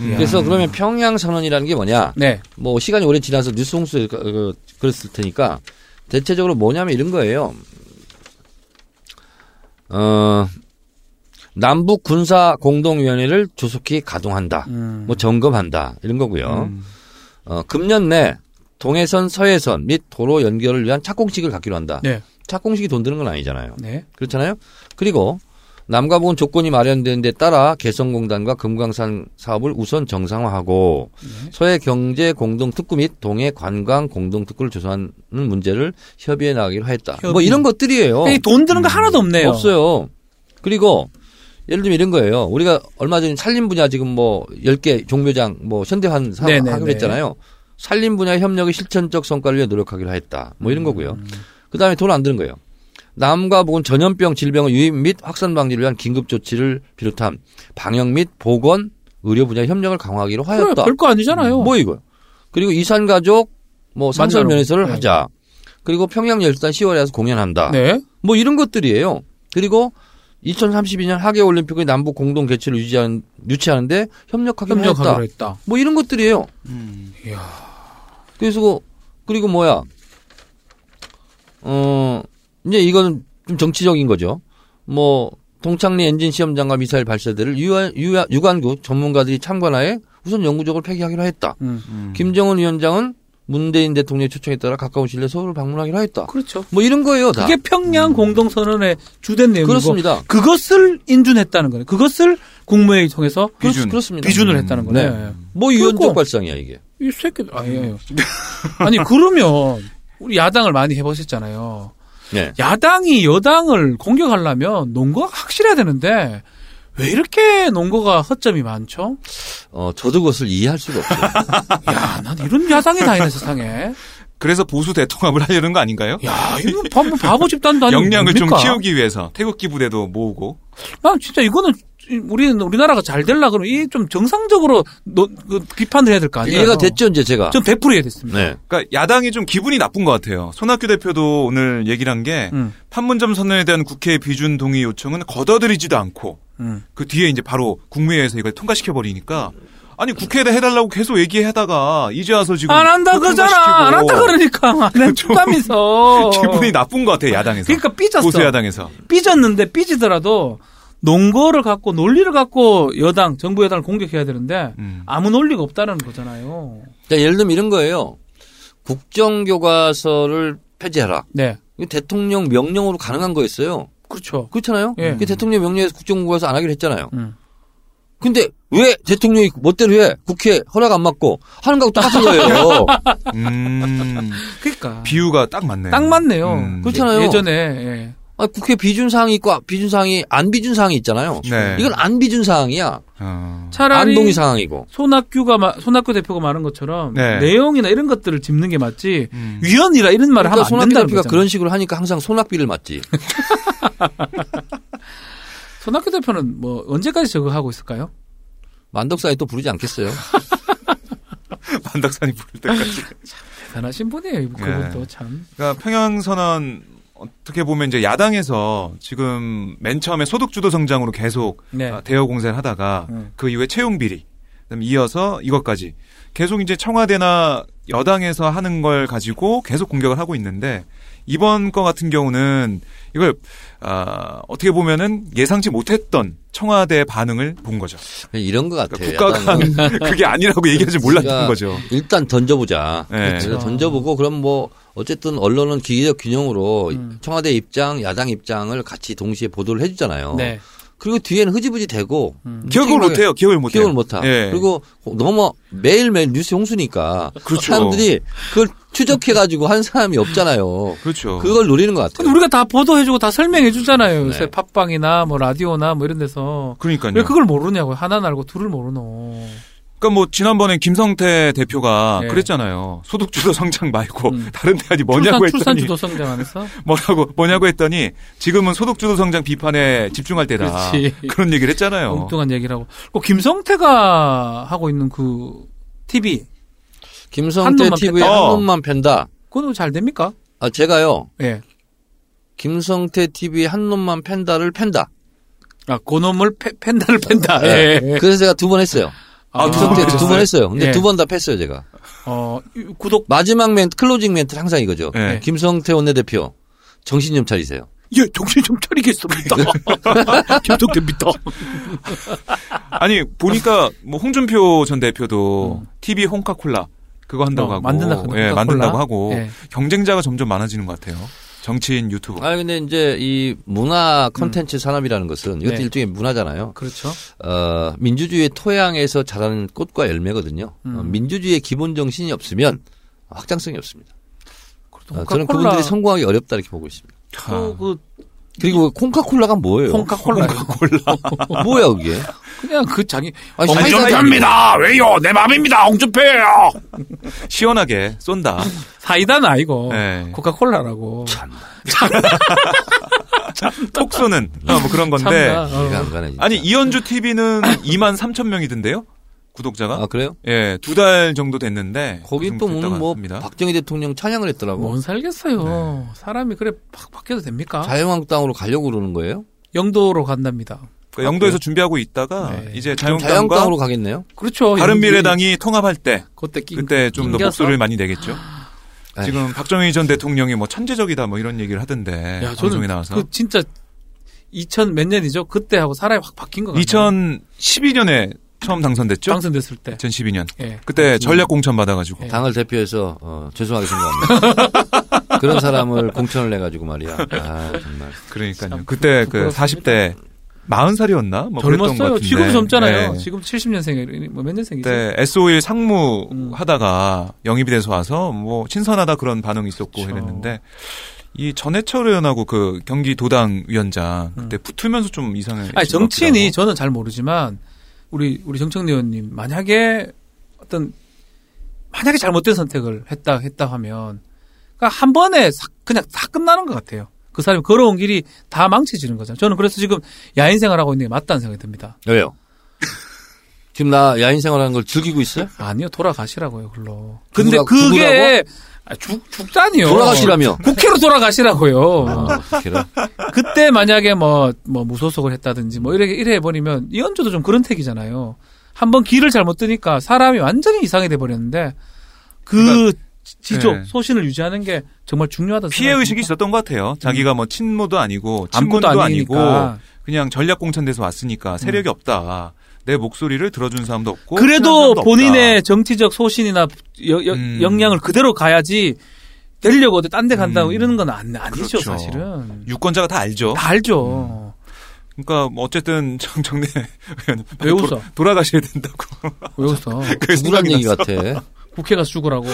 음.
그래서 그러면 평양 선언이라는 게 뭐냐?
네.
뭐 시간이 오래 지나서 뉴스 홍수 그랬을 테니까 대체적으로 뭐냐면 이런 거예요. 어 남북 군사 공동위원회를 조속히 가동한다.
음.
뭐 점검한다 이런 거고요.
음.
어, 금년 내 동해선, 서해선 및 도로 연결을 위한 착공식을 갖기로 한다.
네.
착공식이 돈 드는 건 아니잖아요.
네.
그렇잖아요. 그리고 남과북은 조건이 마련되는 데 따라 개성공단과 금강산 사업을 우선 정상화하고
네.
서해 경제 공동 특구 및 동해 관광 공동 특구를 조성하는 문제를 협의해 나가기로 했다.
협의. 그러니까
뭐 이런 것들이에요.
이돈 드는 거 하나도 없네요.
음, 없어요. 그리고 예를 들면 이런 거예요. 우리가 얼마 전에 산림 분야 지금 뭐 10개 종묘장 뭐 현대화한 사-
네네네.
하기로 했잖아요. 산림 분야 협력의 실천적 성과를 위해 노력하기로 했다. 뭐
음.
이런 거고요. 그다음에 돈 안 드는 거예요. 남과 북은 전염병 질병의 유입 및 확산 방지를 위한 긴급 조치를 비롯한 방역 및 보건 의료 분야 협력을 강화하기로
그래,
하였다.
별거 아니잖아요.
뭐 이거. 그리고 이산 가족 뭐 상설
만나러.
면회소를
네.
하자. 그리고 평양 열단 10월에 와서 공연한다.
네.
뭐 이런 것들이에요. 그리고 2032년 하계 올림픽의 남북 공동 개최를 유지하는 유치하는데 협력하기로
협력하기로
했다.
했다.
뭐 이런 것들이에요.
음.
그래서 그- 그리고 뭐야? 어 이제 이거는 좀 정치적인 거죠. 뭐 동창리 엔진 시험장과 미사일 발사대를 유아, 유아, 유관구 전문가들이 참관하에 우선 영구적으로 폐기하기로 했다.
음.
음.
김정은 위원장은 문재인 대통령의 초청에 따라 가까운 실내 서울을 방문하기로 했다.
그렇죠.
뭐 이런 거예요. 다.
그게 뭐 평양 공동 선언의 주된 내용이고
음. 그렇습니다.
그것을 인준했다는 거네. 그것을 국무회의 통해서
비준.
그렇습니다.
비준을
음.
했다는 거네.
네. 뭐
그리고-
유연적 발상이야 이게.
이 새끼들 아니에요. 예, *laughs* 아니 그러면 우리 야당을 많이 해보셨잖아요.
네.
야당이 여당을 공격하려면 논거가 확실해야 되는데 왜 이렇게 논거가 허점이 많죠?
어, 저도 그것을 이해할 수가 없어요.
야, 아, 난 이런 야당이 다 있는 세상에.
그래서 보수 대통합을 하려는 거
예.
아닌가요?
야, 이거 바보, 바보 집단도 아니고
역량을 좀
뭡니까?
키우기 위해서 태극기 부대도 모으고
난 진짜 이거는 우리는 우리나라가 잘 될라 그러면 이 좀 정상적으로 노, 그 비판을 해야 될 거 아니에요?
이해가 됐죠, 이제 제가.
전 100% 이해됐습니다.
네.
그러니까 야당이 좀 기분이 나쁜 것 같아요. 손학규 대표도 오늘 얘기를 한 게
음,
판문점 선언에 대한 국회 비준 동의 요청은 걷어들이지도 않고
음.
그 뒤에 이제 바로 국무회의에서 이걸 통과시켜 버리니까 아니 국회에다 해달라고 계속 얘기하다가 이제 와서 지금
안 한다
또
그러잖아.
통과시키고
안 한다
*laughs*
그러니까. 안
그렇죠.
한다면서.
*laughs* 기분이 나쁜 것 같아요 야당에서
그러니까 삐졌어.
보수 야당에서
삐졌는데 삐지더라도 논거를 갖고 논리를 갖고 여당, 정부 여당을 공격해야 되는데
음.
아무 논리가 없다는 거잖아요.
자, 예를 들면 이런 거예요. 국정교과서를 폐지하라.
네.
이거 대통령 명령으로 가능한 거였어요.
그렇죠.
그렇잖아요?
예.
이게 대통령 명령에서 국정교과서 안 하기로 했잖아요.
음.
근데 왜 대통령이 멋대로 해? 국회 허락 안 맞고 하는 거하고 똑같은
*laughs*
거예요.
음,
그러니까.
비유가 딱 맞네요.
딱 맞네요. 그렇죠.
음.
그렇잖아요.
예전에. 예.
아, 국회 비준사항이 있고 아, 비준사항이 안 비준사항이 있잖아요.
네.
이건 안 비준사항이야.
어.
차라리
안동이 사항이고.
손학규가 마- 손학규 대표가 말한 것처럼
네.
내용이나 이런 것들을 짚는 게 맞지
음. *laughs*
위헌이라 이런 말을
그러니까
하면 안 된다는
손학규가
거잖아.
그런 식으로 하니까 항상 손학비를 맞지.
손학규 대표는 뭐 언제까지 저거 하고 있을까요?
만덕사에 또 부르지 않겠어요.
반닥산이 부를 때까지. 네.
대단하신 분이에요. 그분도 참.
그러니까 평양 선언 어떻게 보면 이제 야당에서 지금 맨 처음에 소득주도 성장으로 계속
네.
아, 대여 공세를 하다가
음.
그 이후에 채용 비리, 그다음에 이어서 이것까지 계속 이제 청와대나 여당에서 하는 걸 가지고 계속 공격을 하고 있는데 이번 거 같은 경우는 이걸 아, 어떻게 보면은 예상치 못했던 청와대의 반응을 본 거죠.
이런 것 같아요.
그러니까 국가가 *laughs* 그게 아니라고 얘기할 줄 몰랐던
우리가
거죠.
일단 던져보자.
네.
그래서
그렇죠.
던져보고 그럼 뭐 어쨌든 언론은 기계적 균형으로
음.
청와대 입장, 야당 입장을 같이 동시에 보도를
어.
해주잖아요.
네. 음.
그리고 뒤에는 흐지부지 되고
기억을
책임하게-
못해요. 기억을 못해요.
음, 기억을 못하.
예.
그리고 너무 매일매일 뉴스 홍수니까
그렇죠.
사람들이 그걸 추적해가지고 한 사람이 없잖아요.
그렇죠.
그걸 노리는 것 같아요.
근데 우리가 다 보도해주고 다 설명해주잖아요. 요새
네.
팟빵이나 뭐 라디오나 뭐 이런 데서.
그러니까요.
왜 그걸 모르냐고요. 하나는 알고 둘을 모르노.
그러니까 뭐 지난번에 김성태 대표가
예.
그랬잖아요. 소득주도 *laughs* 성장 말고
음.
다른 대안이 뭐냐고
출산, 출산
했더니 *laughs*
주도성장하면서.
뭐라고 뭐냐고 했더니 지금은 소득주도 성장 비판에 집중할 때다.
그렇지.
런 얘기를 했잖아요.
엉뚱한 얘기라고. 그 김성태가 하고 있는 그 TV.
김성태
한 놈만
TV에
팬다.
한 놈만 팬다.
그건 잘 됩니까?
아, 제가요.
예.
김성태 TV에 한 놈만 팬다를 팬다.
아, 고놈을 패- 팬다를 팬다. 예. 예.
네. 그래서 제가 두 번 했어요.
네. 아, 두
김성태
번
두 번 했어요. 근데
예.
두 번 다 뺐어요, 제가.
어, 구독.
마지막 멘트, 클로징 멘트는 항상 이거죠.
예.
김성태 원내대표, 정신 좀 차리세요.
예, 정신 좀
*laughs*
차리겠습니다. 김성태입니다.
아니 보니까 뭐 홍준표 전 대표도 TV 홍카콜라 그거 한다고
어,
하고
만든다고 하던데,
예,
홍카콜라.
만든다고 하고
예.
경쟁자가 점점 많아지는 것 같아요. 정치인 유튜브.
아 근데 이제 이 문화 컨텐츠
음.
산업이라는 것은 이것도
네.
일종의 문화잖아요.
그렇죠.
어, 민주주의의 토양에서 자라는 꽃과 열매거든요. 어,
음.
민주주의의 기본 정신이 없으면 확장성이 없습니다. 어, 저는 그분들이 성공하기 어렵다 이렇게 보고 있습니다.
아,
또 그,
그리고 콩카콜라가 뭐예요?
콩카콜라.
뭐야 그게?
그냥 그 자기.
아니,
엉망이
사이다-
왜요? 내 맘입니다. 홍준표예요. *laughs*
*laughs*
시원하게 쏜다.
사이다는 아니고.
예.
코카콜라라고.
톡 쏘는 어, 뭐 그런 건데.
참나. 어.
이해가 안 가네. 진짜.
아니 이현주 TV는 2만 3천 명이던데요 구독자가
아 그래요?
예 두 달 정도 됐는데
거기
요즘
또
됐다고
오늘 뭐
합니다.
박정희 대통령 찬양을 했더라고.
뭔 살겠어요.
네.
사람이 그래 팍 바뀌어도 됩니까?
자유한국당으로 가려고 그러는 거예요?
영도로 간답니다.
그러니까 영도에서 준비하고 있다가
네.
이제 자유한국당과
자유한국당으로 가겠네요.
그렇죠.
바른미래당이 통합할 때
그때 낀
그때 좀 더
낑겨서?
목소리를 많이 내겠죠.
에이.
지금 박정희 전 대통령이 뭐 천재적이다 뭐 이런 얘기를 하던데
야,
방송에
저는
나와서
그 진짜 2000 몇 년이죠. 그때하고 사람이 확 바뀐 것 같아요.
2012년에 처음 당선됐죠.
당선됐을 때.
2012년
예.
그때 전략 공천 받아가지고
네.
당을 대표해서 어, 죄송하게 생각합니다.
*laughs*
그런 사람을 공천을 해가지고 말이야. 아 정말.
그러니까요.
참
그때 그
부끄럽습니다.
40대 40살이었나 뭐 그랬던 것
젊었어요.
같은데 네.
지금 젊잖아요.
예.
지금 70년생이 뭐몇 년생이죠?
그때 SO일 상무
음.
하다가 영입이 돼서 와서 뭐 신선하다 그런 반응이 있었고
그쵸.
이랬는데 이 전해철 의원하고 그 경기도당 위원장 그때 붙으면서 좀 이상해.
음. 아니 정치인이 저는 잘 모르지만 우리 우리 정청래 의원님 만약에 어떤 만약에 잘못된 선택을 했다 했다 하면 그러니까 한 번에 싹- 그냥 다 끝나는 것 같아요. 그 사람이 걸어온 길이 다 망치지는 거잖아요. 저는 그래서 지금 야인 생활하고 있는 게 맞다는 생각이 듭니다.
왜요? 지금 나 야인 생활하는 걸 즐기고 있어요?
아니요, 돌아가시라고요, 글로. 근데
죽으라-
그게 아, 죽
어,
죽다니요.
돌아가시라며.
국회로 돌아가시라고요.
어, 그래요?
그때 만약에 뭐, 뭐 무소속을 했다든지 뭐 이렇게 이래 해버리면 이현주도 좀 그런 택이잖아요. 한번 길을 잘못 뜨니까 사람이 완전히 이상이 돼버렸는데 그
그러니까,
지- 지조,
네.
소신을 유지하는 게 정말 중요하다.
피해 의식이 있었던 것 같아요. 자기가 뭐 친모도 아니고 친분도
음. 아무것도
아니고
아니니까. 음.
그냥 전략 공천돼서 왔으니까 세력이 없다. 내 목소리를 들어준 사람도 없고
그래도
친한 사람도
본인의 정치적 소신이나 여- 여-
음.
역량을 그대로 가야지 되려고 어디 딴 데 간다고
음.
이러는 건 안, 아니죠,
그렇죠.
사실은.
없다. 유권자가 다 알죠.
다 알죠.
그러니까 뭐 어쨌든 *laughs* 정정래 의원
왜 웃어?
음. 돌아가셔야
그렇죠.
된다고.
왜 웃어?
그
누구란
생각이
얘기
났어.
같아.
국회 가서 죽으라고.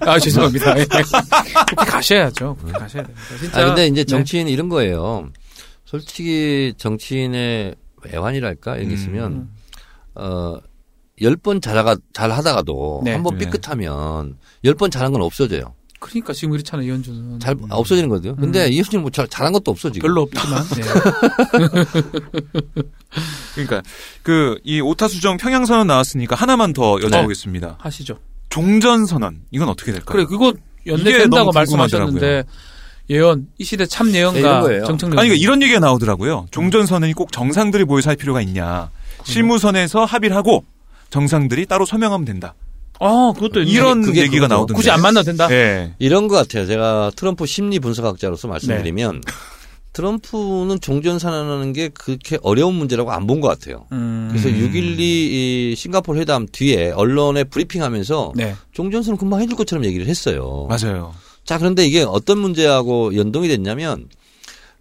아, 죄송합니다. 예. 국회 가셔야죠. 국회 가셔야 됩니다. 진짜.
아 근데 이제
네.
정치인 이런 거예요. 솔직히 정치인의 애환이랄까 이런 게
음.
있으면 어. 열 번 잘하가 잘 하다가도
네.
한 번
네.
삐끗하면 열 번 잘한 건 없어져요.
그러니까 지금 이렇잖아요, 이현주는.
잘 아, 없어지는 거거든요. 근데
음.
이 형님 뭐 잘, 잘한 것도 없어 지금.
별로 없지만. 네.
*laughs*
그러니까 그 이 오타 수정 평양 선언 나왔으니까 하나만 더 여쭤보겠습니다.
하시죠.
종전 선언 이건 어떻게 될까요?
네.
그러니까.
그래, 그거 연내
이게
된다고
너무 궁금하더라고요.
말씀하셨는데 예언 이 시대 참
네, 이런
예언가
거예요.
정청래
아니, 그러니까
의원.
이런 얘기가 나오더라고요. 종전선언이 꼭 정상들이 모여서 할 필요가 있냐. 실무선에서 합의를 하고 정상들이 따로 서명하면 된다.
아 그것도 있네.
이런
그게
얘기가
그거죠.
나오던데.
굳이 안 만나도 된다.
네.
예.
이런 것 같아요. 제가 트럼프 심리 분석학자로서 말씀드리면
네. *laughs*
트럼프는 종전선언하는 게 그렇게 어려운 문제라고 안 본 것 같아요.
음.
그래서 6.12 이 싱가포르 회담 뒤에 언론에 브리핑하면서
네.
종전선언 금방 해줄 것처럼 얘기를 했어요.
맞아요.
자, 그런데 이게 어떤 문제하고 연동이 됐냐면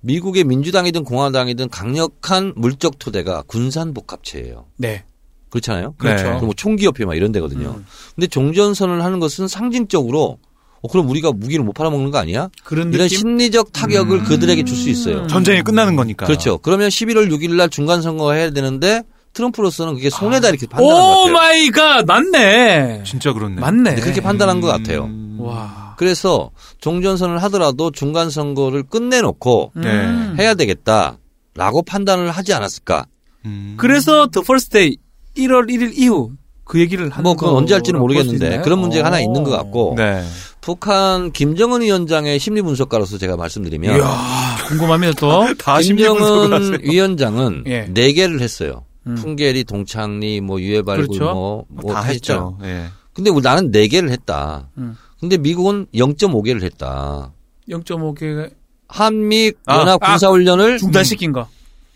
미국의 민주당이든 공화당이든 강력한 물적 토대가 군산복합체예요.
네. 음.
그렇잖아요.
그렇죠.
그럼 뭐 총기협회 막 이런 데거든요. 근데 종전선언을 하는 것은 상징적으로 어, 그럼 우리가 무기를 못 팔아먹는 거 아니야?
그런
이런
느낌. 음.
심리적 타격을 그들에게 줄 수 있어요.
전쟁이 끝나는 거니까.
음. 그렇죠. 그러면 11월 6일 날 중간 선거 해야 되는데 트럼프로서는 그게 손해다 이렇게 판단한 것
오
같아요.
마이 갓 맞네.
진짜 음. 그렇네.
맞네.
근데 그렇게 음. 판단한 것 같아요.
와.
그래서 종전선을 하더라도 중간 선거를 끝내놓고
음.
네.
해야 되겠다라고 판단을 하지 않았을까?
음.
그래서 더 퍼스트데이 1월 1일 이후 그 얘기를 하는
뭐 그건 언제 할지는
거라고 볼수
모르겠는데
있나요?
그런 문제가 하나
어.
있는 것 같고
네.
북한 김정은 위원장의 심리 분석가로서 제가
예.
말씀드리면 음.
이야, 음. 궁금합니다 *laughs* 또.
다 심리분석을 하세요.
김정은 위원장은
예.
네 개를 했어요.
음.
풍계리, 동창리, 뭐 유해발굴,
그렇죠.
뭐, 뭐
다
했잖아.
했죠. 예.
근데 우리 나는 네 개를 했다.
음.
근데 미국은 0.5개를 했다.
0.5개
한미
아,
연합
아,
군사 훈련을
중단시킨 거.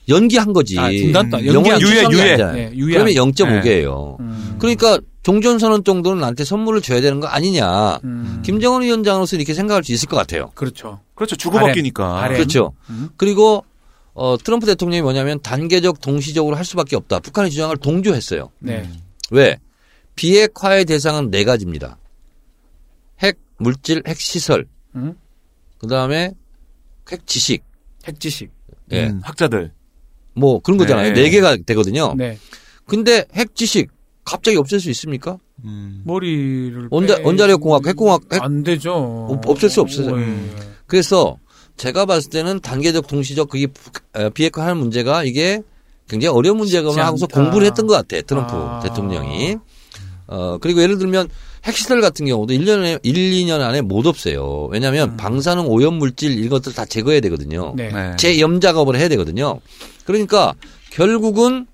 연기한 거지.
아, 중단다.
음,
연기한
음. 예. 영원히
유예,
취소한 게
유예.
아니잖아요.
네, 유예.
그러면 0.5개예요.
음.
그러니까 종전선언 정도는 나한테 선물을 줘야 되는 거 아니냐.
음.
김정은 위원장으로서 이렇게 생각할 수 있을 것 같아요.
그렇죠.
그렇죠. 주고받기니까.
아래. 네.
그렇죠.
음.
그리고 어, 트럼프 대통령이 뭐냐면 단계적 동시적으로 할 수밖에 없다. 북한의 주장을 동조했어요.
음.
네.
왜? 비핵화의 대상은 네 가지입니다. 핵 물질, 핵 시설,
음.
그 다음에 핵 지식,
핵지식.
예,
음, 학자들.
뭐 그런 거잖아요.
네.
네 개가 되거든요.
네.
근데 핵 지식 갑자기 없앨 수 있습니까?
음.
머리를
원자-
빼-
원자력 공학, 핵공학, 핵-
안 되죠.
없- 없앨 수 없어요. 음.
오, 예.
그래서 제가 봤을 때는 단계적 동시적 그게 북- 에, 비핵화하는 문제가 이게 굉장히 어려운 문제구나
쉽지
하고서
않다.
공부를 했던 것 같아. 트럼프
아.
대통령이. 어, 그리고 예를 들면 핵시설 같은 경우도 1년에 1, 2년 안에 못 없애요.
음.
왜냐하면 방사능 오염 물질 이것들 다 제거해야 되거든요.
네.
네.
재염 작업을 해야 되거든요. 그러니까 결국은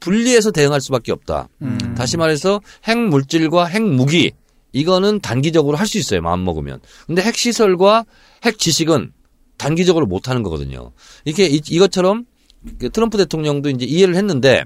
분리해서 대응할 수밖에 없다.
음.
다시 말해서 핵 물질과 핵 무기 이거는 단기적으로 할 수 있어요 마음 먹으면. 근데 핵 시설과 핵 지식은 단기적으로 못 하는 거거든요. 이렇게 이, 것처럼 트럼프 대통령도 이제 이해를 했는데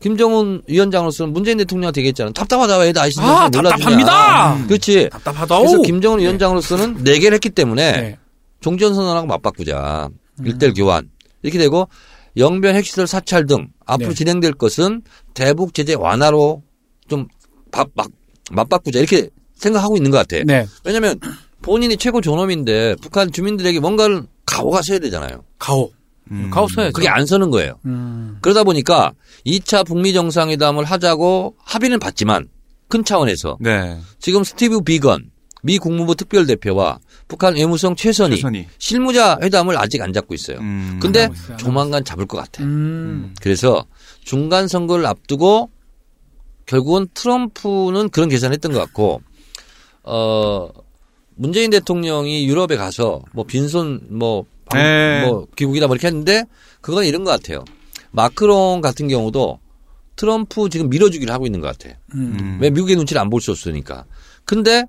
김정은 위원장으로서는 문재인 대통령한테 얘기했잖아요. 답답하다 왜 아이씨
아, 답답합니다.
그렇지.
답답하다.
그래서
오.
김정은 위원장으로서는 네 개를 했기 때문에
네.
종전선언하고 맞바꾸자. 일대일 교환. 이렇게 되고 영변 핵시설 사찰 등 앞으로
네.
진행될 것은 대북 제재 완화로 좀 밥, 막, 맞바꾸자. 이렇게 생각하고 있는 것 같아.
네.
왜냐면 하 본인이 최고 존엄인데 북한 주민들에게 뭔가를 가오가 서야 되잖아요.
가오.
음.
가오 써야죠.
네, 그게 아- 안 서는 거예요.
음.
그러다 보니까 2차 북미 정상회담을 하자고 합의는 봤지만 큰 차원에서
네.
지금 스티브 비건 미 국무부 특별대표와 북한 외무성 최선희
최선희.
실무자 회담을 아직 안 잡고 있어요.
음.
근데
하고 있어요.
조만간 잡을 것 같아.
음.
그래서 중간 선거를 앞두고 결국은 트럼프는 그런 계산했던 것 같고 어 문재인 대통령이 유럽에 가서 뭐 빈손 뭐, 방-
네.
뭐 귀국이다 뭐 이렇게 했는데 그건 이런 것 같아요. 마크롱 같은 경우도 트럼프 지금 밀어주기를 하고 있는 것 같아. 요
음.
음.
왜 미국의 눈치를 안 볼 수 없으니까. 근데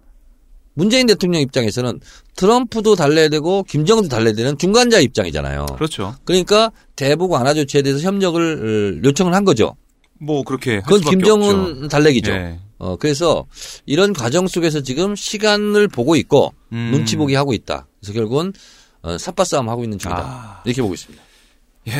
문재인 대통령 입장에서는 트럼프도 달래야 되고 김정은도 달래야 되는 중간자 입장이잖아요.
그렇죠.
그러니까 대북 완화 조치에 대해서 협력을 어, 요청을 한 거죠.
뭐 그렇게 할
그건
수밖에
김정은
없죠.
달래기죠.
예.
어, 그래서 이런 과정 속에서 지금 시간을 보고 있고
음.
눈치 보기 하고 있다. 그래서 결국은 어, 삽바 싸움 하고 있는 중이다.
아.
이렇게 보고 있습니다.
예.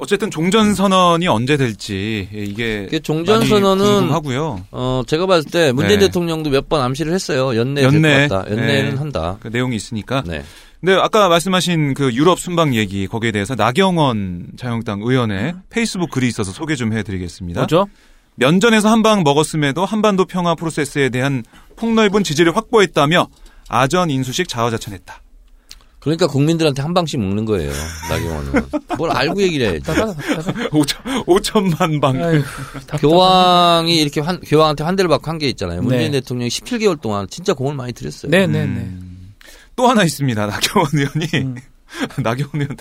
어쨌든 종전 선언이 언제 될지 예, 이게
이게 종전선언은
하고요.
어, 제가 봤을 때 문재인
네.
대통령도 몇 번 암시를 했어요. 연내
연내.
될것 같다. 연내는
네.
한다.
그 내용이 있으니까.
네.
근데 아까 말씀하신 그 유럽 순방 얘기 거기에 대해서 나경원 자유한국당 의원의
음.
페이스북 글이 있어서 소개 좀 해드리겠습니다.
뭐죠?
면전에서 한 방 먹었음에도 한반도 평화 프로세스에 대한 폭넓은 지지를 확보했다며 아전 인수식 자화자찬했다. *laughs*
그러니까 국민들한테 한 방씩 먹는 거예요. 나경원은. 뭘 알고 얘기를 해야지.
오천오천만 방.
아유, 답답하다.
교황이 이렇게 환- 교황한테 환대를 받고 한 게 있잖아요. 문재인
네.
대통령이 17개월 동안 진짜 공을 많이 들였어요.
네, 음. 네, 네.
음. 또 하나 있습니다. 나경원 의원이 *laughs* 나경원 의원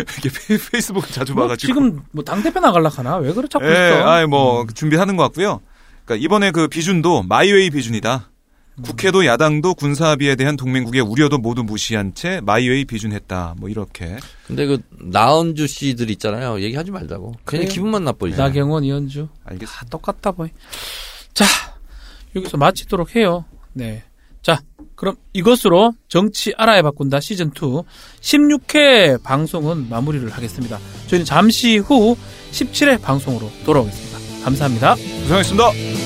이렇게 페- 페이스북을 자주
뭐
봐가지고
지금 음. 뭐 당대표 나갈라 하나? 왜 그래 자꾸
예,
있어?
아이 뭐 준비하는 것 같고요. 그러니까 이번에 그 비준도 마이웨이 비준이다.
음.
국회도 야당도 군사합의에 대한 동맹국의 우려도 모두 무시한 채 마이웨이 비준했다. 뭐 이렇게.
근데 그 나은주 씨들 있잖아요. 얘기하지 말자고. 괜히
그래요.
기분만 나빠지잖아.
나경원, 이현주.
알겠습니다.
다 똑같다 보이. 자, 여기서 마치도록 해요. 네. 자, 그럼 이것으로 정치 알아야 바꾼다 시즌 2 16회 방송은 마무리를 하겠습니다. 저희는 잠시 후 17회 방송으로 돌아오겠습니다. 감사합니다.
고생하셨습니다.